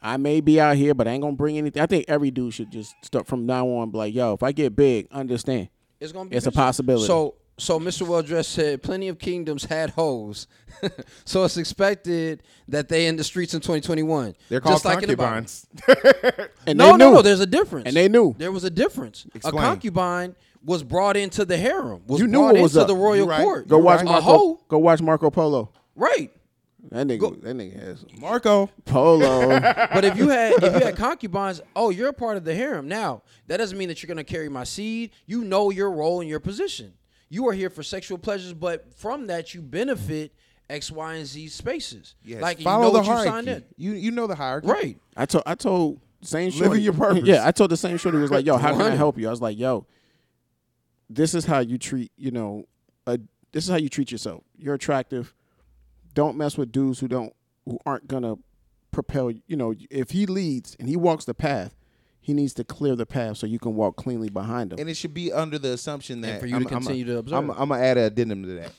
B: I may be out here, but I ain't gonna bring anything. I think every dude should just start from now on. Be like, yo, if I get big, understand.
A: It's gonna be.
B: It's a
A: bitches.
B: possibility.
A: So, so Mr. Well Dressed said, "Plenty of kingdoms had hoes, [laughs] so it's expected that they in the streets in 2021.
C: They're called
A: Just like in the Bible.
C: concubines. [laughs]
B: And
A: No, no,
B: they knew.
A: no. There's a difference.
B: And they knew.
A: there was a difference.
C: Explain.
A: A concubine was brought into the harem. Was
B: You knew
A: brought
B: what was
A: into
B: up.
A: the royal
C: You right.
A: court.
B: Go
C: You're
B: watch
C: right.
A: a
B: Marco.
A: hoe.
B: Go watch Marco Polo.
A: Right.
B: That nigga, that nigga has some
C: Marco.
A: [laughs]
B: polo.
A: But if
B: [laughs]
A: you had if you had concubines, oh, you're a part of the harem now. That doesn't mean that you're gonna carry my seed. You know your role and your position. You are here for sexual pleasures, but from that you benefit X, Y, and Z spaces.
C: Yes.
A: Like
C: follow
A: you know
C: the
A: what
C: hierarchy.
A: you signed in.
C: You you know the hierarchy.
A: Right.
B: I told I told same shorty.
C: Living your purpose.
B: Yeah, I told the same shorty was like, "Yo, how can I
A: 100.
B: help you?" I was like, "Yo, this is how you treat. You know, a, this is how you treat yourself. You're attractive. Don't mess with dudes who don't who aren't gonna propel. You know, if he leads and he walks the path, he needs to clear the path so you can walk cleanly behind him.
C: And it should be under the assumption that
A: for you to continue to observe.
C: I'm, I'm gonna add an addendum to that.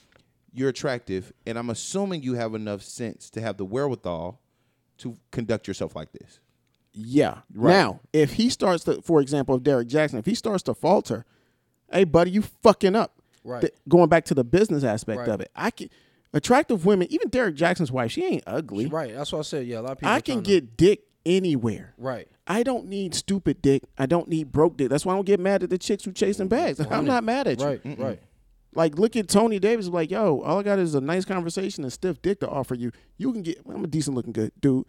C: You're attractive, and I'm assuming you have enough sense to have the wherewithal to conduct yourself like this.
B: Yeah. Now, if he starts to, for example, if Derek Jackson, if he starts to falter, hey, buddy, you fucking up.
A: Right.
B: Th- going back to the business aspect
A: Right.
B: of it, I can attractive women. Even Derek Jackson's wife, she ain't ugly.
A: Right. That's what I said. Yeah, a lot of people.
B: I
A: are
B: can
A: trying to-
B: get dick anywhere.
A: right.
B: I don't need stupid dick. I don't need broke dick. That's why I don't get mad at the chicks who chasing bags. [laughs] I'm not mad at you.
A: Right. Right.
B: Like, look at Tony Davis. Like, yo, all I got is a nice conversation and stiff dick to offer you. You can get. I'm a decent looking good dude.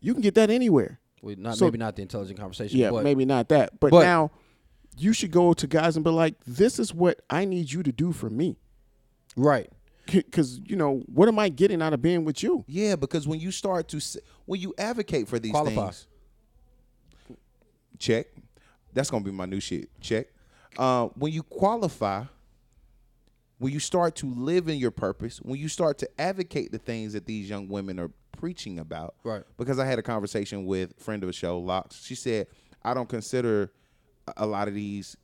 B: You can get that anywhere.
A: We not
B: So-
A: maybe not the intelligent conversation.
B: Yeah,
A: but
B: maybe not that. But,
A: but-
B: now you should go to guys and be like, this is what I need you to do for me.
A: Right.
B: Because, you know, what am I getting out of being with you?
C: Yeah, because when you start to s- when you advocate for these
A: Qualify.
C: things, check. That's gonna be my new shit. Check. Uh, when you qualify, when you start to live in your purpose, when you start to advocate the things that these young women are preaching about.
A: Right.
C: Because I had a conversation with a friend of the show, Locks. She said, I don't consider a- a lot of these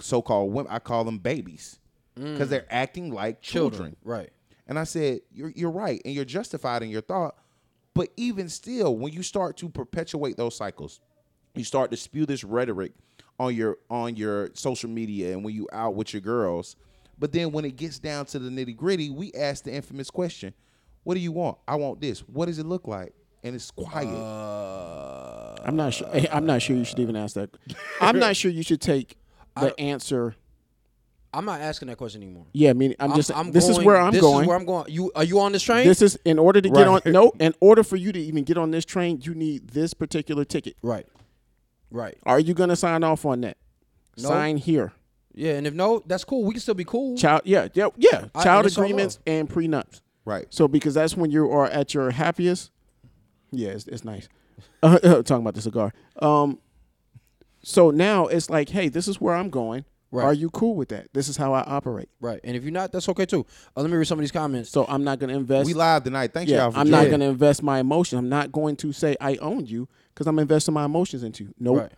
C: so-called women. I call them babies because they're acting like children.
A: Right.
C: And I said, you're, you're right, and you're justified in your thought. But even still, when you start to perpetuate those cycles, you start to spew this rhetoric on your on your social media and when you out with your girls. But then when it gets down to the nitty gritty, we ask the infamous question, "What do you want? I want this. What does it look like?" And it's quiet.
A: Uh,
B: I'm not sure. eh, I'm not sure you should even ask that. I'm not sure you
A: [laughs]
B: should take the answer.
A: I'm not asking that question anymore.
B: Yeah, I mean, I'm
A: I'm-
B: just.
A: I'm
B: this is
A: going-
B: where I'm
A: this
B: going.
A: Is where I'm going. You are you on this train?
B: this is in order to get on.
C: Right.
B: No, in order for you to even get on this train, you need this particular ticket.
A: right. Right.
B: Are you going to sign off on that?
A: No.
B: Sign here.
A: Yeah. And if no, that's cool. We can still be cool.
B: Child, yeah, yeah, yeah.
A: I-
B: Child
A: and it's all
B: agreements and prenups.
C: Right.
B: So because that's when you are at your happiest. Yeah, it's, it's nice. [laughs] Uh, talking about the cigar. Um, so now it's like, hey, this is where I'm going.
A: Right.
B: Are you cool with that? This is how I operate.
A: Right. And if you're not, that's okay too. Uh, let me read some of these comments.
B: So I'm not going to invest.
C: We live tonight. Thank
B: yeah,
C: y'all for
B: I'm not
C: joining.
B: going to invest my emotion. I'm not going to say I own you because I'm investing my emotions into you. Nope.
A: Right.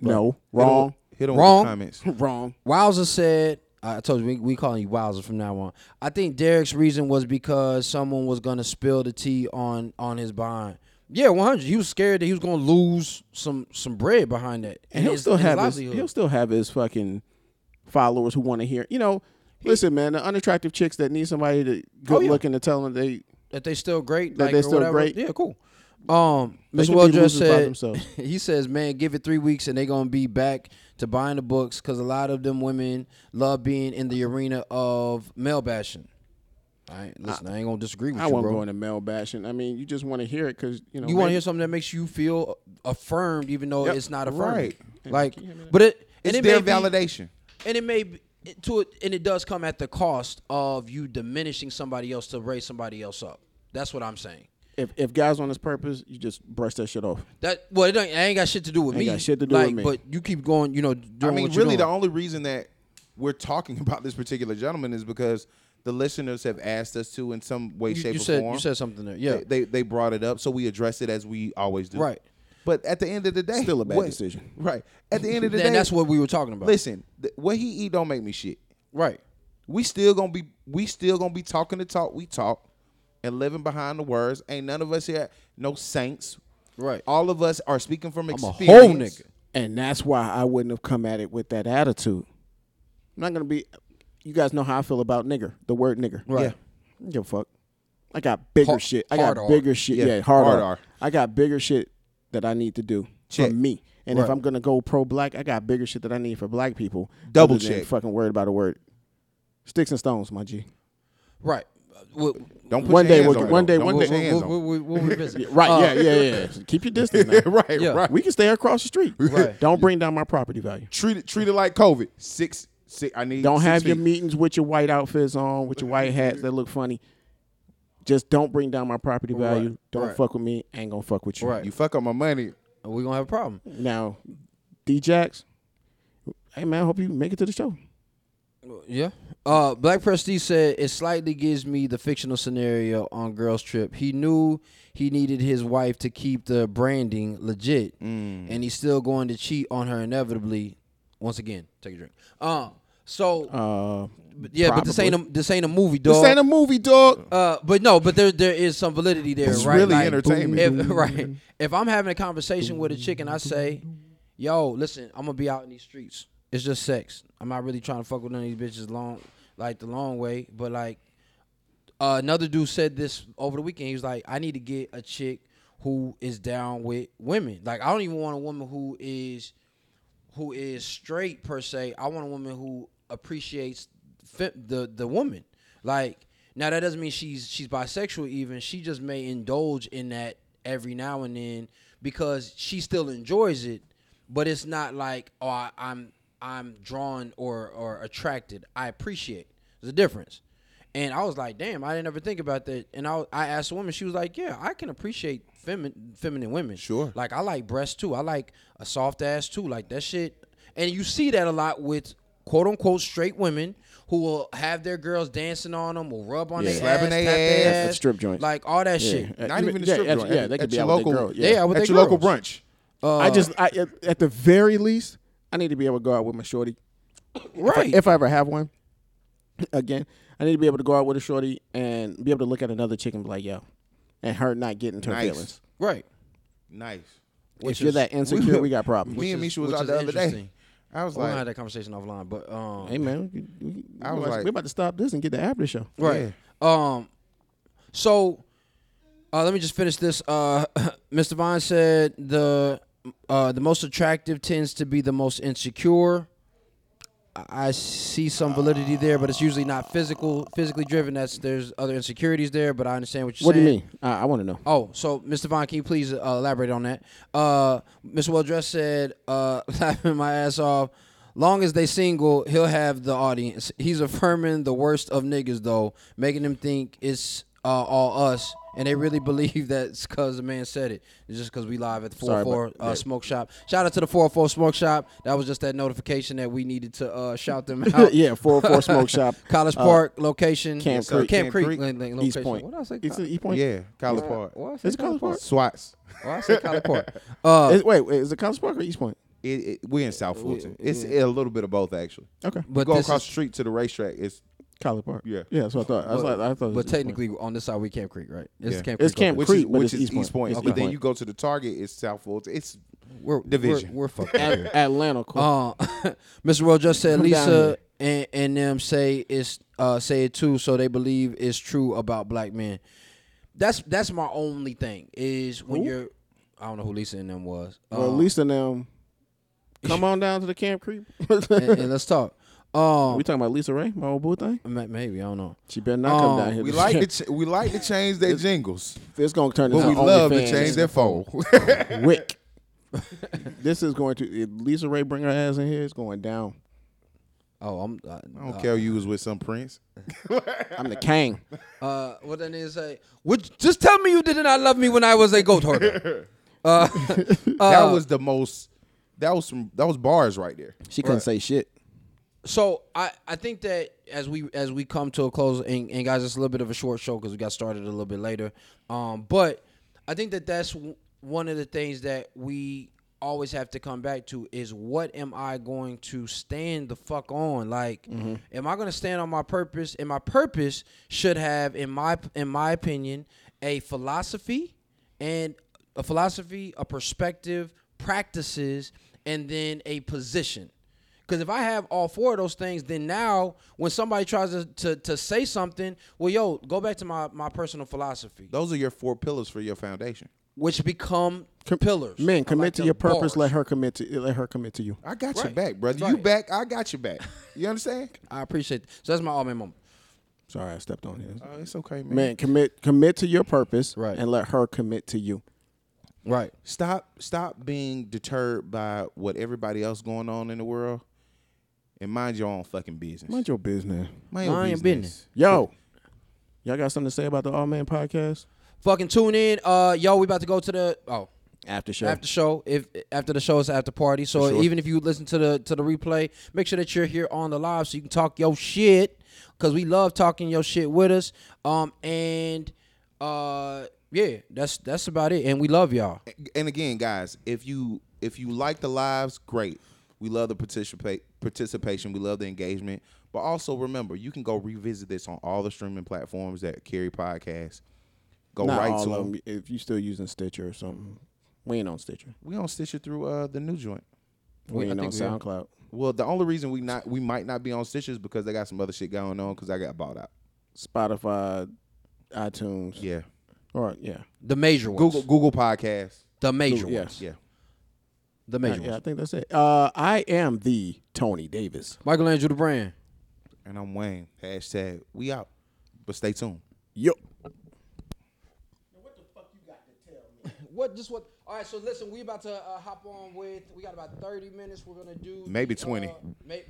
B: No.
C: Hit on-
B: Wrong.
C: Hit on
A: Wrong.
C: With the comments.
B: [laughs] Wrong.
A: Wowzer said, I told you, we, we calling you Wowzer from now on. I think Derek's reason was because someone was going to spill the tea on on his behind. Yeah, 100. He was scared that he was going to lose some some bread behind that.
B: and he'll
A: his-
B: still
A: his
B: have his,
A: livelihood.
B: he'll still have his fucking followers who want to hear. You know, listen, man, the unattractive chicks that need somebody to good
A: Oh, yeah.
B: looking to tell them they
A: that they still great.
B: That
A: like,
B: they
A: or
B: still
A: whatever.
B: great.
A: Yeah, cool. Um,
B: They
A: Mr.
B: can be
A: Well just
B: losers by
A: said
B: themselves.
A: [laughs] he says, man, give it three weeks and they're gonna be back to buying the books because a lot of them women love being in the arena of male bashing. I ain't, listen, I, ain't gonna disagree with
B: I
A: you,
B: won't
A: bro.
B: go into male bashing. I mean, you just want to hear it because you know
A: you want to
B: maybe-
A: hear something that makes you feel affirmed, even though it's not affirmed.
C: Right.
A: Like, but it and
C: It's
A: it
C: their
A: may be-
C: validation.
A: and it may be, it- to it, and it does come at the cost of you diminishing somebody else to raise somebody else up. That's what I'm saying.
B: if if guys on this purpose, you just brush that shit off.
A: That well, it ain't, it ain't got shit to do with me.
B: got shit to do
A: like,
B: with me.
A: But you keep going, you know. Doing
C: I mean,
A: what you're
C: really, the
A: doing.
C: only reason that we're talking [laughs] about this particular gentleman is because the listeners have asked us to in some way,
A: you,
C: shape,
A: you
C: or
A: said
C: form.
A: you said something there. Yeah,
C: They, they they brought it up, so we address it as we always do.
A: Right.
C: But at the end of the day,
B: Still a bad decision.
C: Right. At the end
A: [laughs]
C: of the day,
A: and that's what we were talking about.
C: Listen, th- what he eat don't make me shit.
A: right,
C: We still gonna be we still gonna be talking the talk we talk, and living behind the words. Ain't none of us here no saints.
A: Right.
C: All of us are speaking from
A: I'm a
C: experience.
A: whole nigga.
B: And that's why I wouldn't have come at it with that attitude. I'm not gonna be. You guys know how I feel about nigger. The word nigger.
A: Right.
B: Yeah. I don't give a fuck. I got bigger
A: Hard-
B: shit. I
A: hard
B: got
A: R.
B: bigger shit. Yeah,
C: Yeah,
B: hard,
C: hard
B: R.
C: R.
B: I got bigger shit that I need to do
C: Check.
B: for me. And if
A: Right.
B: I'm gonna go pro black, I got bigger shit that I need for black people.
C: Double
B: other than
C: check.
B: Fucking word about a word. Sticks and stones, my G.
A: Right. Uh, we'll,
C: Don't put
B: One
C: your
B: day
C: hands
B: we'll-
C: on her,
B: one day-
C: though. Don't
B: one day-
C: put your hands
A: we'll,
C: on
A: we'll,
C: her.
A: we'll, we'll
C: [laughs]
A: revisit.
B: Yeah, right?
A: Uh,
B: yeah, yeah, yeah. So keep your distance. Now.
C: right,
A: Yeah.
C: right.
B: We can stay across the street.
A: Right.
B: Don't bring down my property value.
C: Treat it, treat it like COVID. Six, six. I need.
B: Don't
C: six
B: have your
C: feet.
B: meetings with your white outfits on, with your white hats that look funny. Just don't bring down my property value. Don't
A: right.
B: fuck with me. Ain't gonna fuck with you.
A: Right.
C: You fuck up my money.
A: We're gonna have a problem.
B: Now, D Jax, hey man, hope you make it to the show.
A: Yeah. Uh, Black Prestige said it slightly gives me the fictional scenario on Girls Trip. He knew he needed his wife to keep the branding legit,
C: Mm.
A: and he's still going to cheat on her inevitably. Once again, take a drink. Uh, so
B: Uh,
A: but yeah, but this ain't a, this ain't a movie, dog.
C: This ain't a movie, dog.
A: uh, but no, but there there is some validity there,
C: It's
A: right?
C: really entertainment.
A: If, [laughs] right. If I'm having a conversation with a chick and I say, "Yo, listen, I'm gonna be out in these streets. It's just sex. I'm not really trying to fuck with none of these bitches long, like the long way." But like, uh, another dude said this over the weekend. He was like, "I need to get a chick who is down with women. Like, I don't even want a woman who is." who is straight per se. I want a woman who appreciates fe- the the woman. Like now, that doesn't mean she's she's bisexual. Even she just may indulge in that every now and then because she still enjoys it. But it's not like oh I, I'm I'm drawn or or attracted. I appreciate. There's a difference. And I was like, damn, I didn't ever think about that. And I, I asked a woman, she was like, yeah, I can appreciate feminine, feminine women.
C: Sure.
A: Like I like breasts too. I like a soft ass too. Like that shit. And you see that a lot with quote unquote straight women who will have their girls dancing on them, will rub on
C: Yeah.
A: their
C: Slapping
A: ass,
C: they
A: tap their
C: ass.
B: At the strip joints.
A: like all that shit.
C: Not even a
B: yeah,
C: strip
B: at-
C: joint.
B: Yeah,
C: At-
B: they
C: at
B: could be
C: your
B: out
C: local-
B: with their girl.
A: Yeah, out with
C: At
A: their
C: your local
A: girls.
C: brunch.
A: Uh,
B: I just, I at- at the very least, I need to be able to go out with my shorty.
A: right.
B: if I ever have one, again, I need to be able to go out with a shorty and be able to look at another chick and be like, yo, and her not getting to her
C: Nice.
B: feelings.
A: right.
C: Nice.
A: Which
B: if you're
A: is-
B: that
A: [laughs]
B: insecure, we, got problems.
C: Me and
A: is-
C: Misha was
A: which
C: out
A: is
C: the other day.
A: interesting.
C: I was
A: We're gonna have
C: like,
A: that conversation offline, but um,
B: hey man, we, we,
C: I was
B: we about-
C: like-
B: we about to stop this and get the after show.
A: Right. Um. So, uh, let me just finish this. Uh, [laughs] Mr. Vine said the uh, the most attractive tends to be the most insecure. I I see some validity there, but it's usually not physical, physically driven. That's there's other insecurities there, but I understand what you're
B: What do
A: saying.
B: you mean? I, I want
A: [laughs]
B: to know.
A: Oh, so Mr. Vaughn, can you please uh, elaborate on that? Uh, Mr. Well Dressed said, uh, [laughs] laughing my ass off. Long as they single, he'll have the audience. He's affirming the worst of niggas though, making them think it's uh, all us, and they really [laughs] believe that's because the man said it. It's just because we live at the
B: Sorry,
A: 404
B: but-
A: uh, Smoke Shop. Shout out to the 404 Smoke Shop. That was just that notification that we needed to uh, shout
B: [laughs]
A: them out.
B: yeah, four
A: [laughs]
B: four smoke shop.
A: College Park location,
B: Camp
A: Yes, sir.
B: Creek.
A: Camp
C: Camp
A: Creek,
C: Creek.
A: Lin- Lin-
B: East
A: location.
B: Point.
A: What did I say?
B: It's an E point.
C: yeah, College Park.
A: What did I say?
B: Is it College Park?
C: Swats.
A: Well, I said College
B: [laughs]
A: Park. Uh,
B: Is- wait, wait, is it College Park or East Point?
C: It, it, we're in South Fulton. It's a little bit of both, actually.
B: Okay,
A: but
C: Go
A: this
C: across
A: is-
C: the street to the racetrack. It's
B: College Park.
C: Yeah.
B: yeah. That's what I thought. I was
A: But-
B: like, I thought. it was
A: but
B: East Point.
A: technically, on this side we Camp Creek, right? It's
C: Yeah.
A: Camp
B: It's
A: Creek. over
B: Camp
C: which
B: Creek,
C: is
B: but
C: which
B: it's
C: is
B: East Point.
C: East Point.
B: It's
C: But
B: East
C: then
B: Point.
C: you go to the Target. It's South Fulton.
B: [laughs]
C: It's
A: there. We're,
C: Division.
A: We're, we're fucking.
B: At-
A: here.
B: Atlanta. Cool.
A: [laughs] uh, [laughs] Mr. World just said
B: Come down
A: Lisa
B: here.
A: and, and them say it's uh, say it too, so they believe it's true about black men. That's that's my only thing is when
B: Who?
A: you're. I don't know who Lisa and them was. Um,
B: well, Lisa and them.
A: uh,
B: Come on down to the Camp Creek. [laughs]
A: and, and let's talk. Um,
B: we talking about Lisa Ray, my old boo thing?
A: ma- maybe I don't know.
B: She better not come
A: Um,
B: down here.
C: we
B: to- [laughs]
C: like to ch- we like to change their jingles,
B: It's gonna turn
C: but
B: into
C: we love to
B: OnlyFans.
C: change their phone.
B: [laughs] wick. this is going to if Lisa Ray bring her ass in here. It's going down.
A: Oh, I'm. I,
C: [laughs] I don't care. You was with some prince.
B: I'm the king.
A: Uh, what that nigga say? Would just tell me you did not love me when I was a goat hoarder. uh,
C: that was the most. That was some. That was bars right there.
B: She couldn't say shit.
A: so I, I think that as we as we come to a close and, and guys it's a little bit of a short show because we got started a little bit later um but i think that that's w- one of the things that we always have to come back to is what am i going to stand the fuck on like am i going to stand on my purpose and my purpose should have in my in my opinion a philosophy and a philosophy a perspective practices and then a position because if I have all four of those things, then now when somebody tries to, to, to say something, well, yo, go back to my, my personal philosophy,
C: Those are your four pillars for your foundation.
A: which become pillars. I
B: Men, commit
A: like
B: to
A: them
B: your purpose.
A: bars.
B: Let her commit to let her commit to you.
C: I got your
A: Right.
C: back, brother. You
A: Right.
C: back. I got your back. You understand?
A: I appreciate that. So that's my all man moment.
B: Sorry, I stepped on his.
C: [laughs] Oh, it's okay, man.
B: Man, commit commit to your purpose,
A: Uh, Right.
B: and let her commit to you.
A: Right.
C: Stop stop being deterred by what everybody else going on in the world and mind your own fucking business.
B: Mind your business,
C: Mind your
A: Mind your
B: yo. Y'all got something to say about the All Man Podcast?
A: Fucking tune in. Uh, yo, we about to go to the oh
B: After show.
A: after show. If after the show is after party, so even if you listen to the to the replay, make sure that you're here on the live so you can talk your shit because we love talking your shit with us. Um, and uh, yeah, that's that's about it. And we love y'all.
C: and again, guys, if you if you like the lives, great. We love the participate participation. We love the engagement. But also remember, you can go revisit this on all the streaming platforms that carry podcasts. Go
B: Not
C: right
B: all
C: to
B: of
C: them.
B: 'em. If you still using Stitcher or something, we ain't on Stitcher.
C: We don't stitch it through uh, the new joint.
B: We,
A: I
B: ain't on
A: think we are.
B: SoundCloud.
C: Well, the only reason we not we might not be on Stitch is because they got some other shit going on because I got bought out.
B: Spotify, iTunes.
C: Yeah.
B: Or yeah.
A: The major ones.
C: Google Google Podcasts.
A: The major
B: Google,
A: ones.
B: yes.
C: Yeah.
A: The major
B: Yeah, I
A: ones.
B: think that's it. Uh, I am the Tony Davis.
A: Michelangelo the brand.
C: And I'm Wayne. Hashtag we out. But stay tuned.
B: Yo.
A: What just what? All right, so listen, we about to uh, hop on with. We got about thirty minutes. We're gonna do
C: Maybe
A: the, uh,
C: 20.
A: may,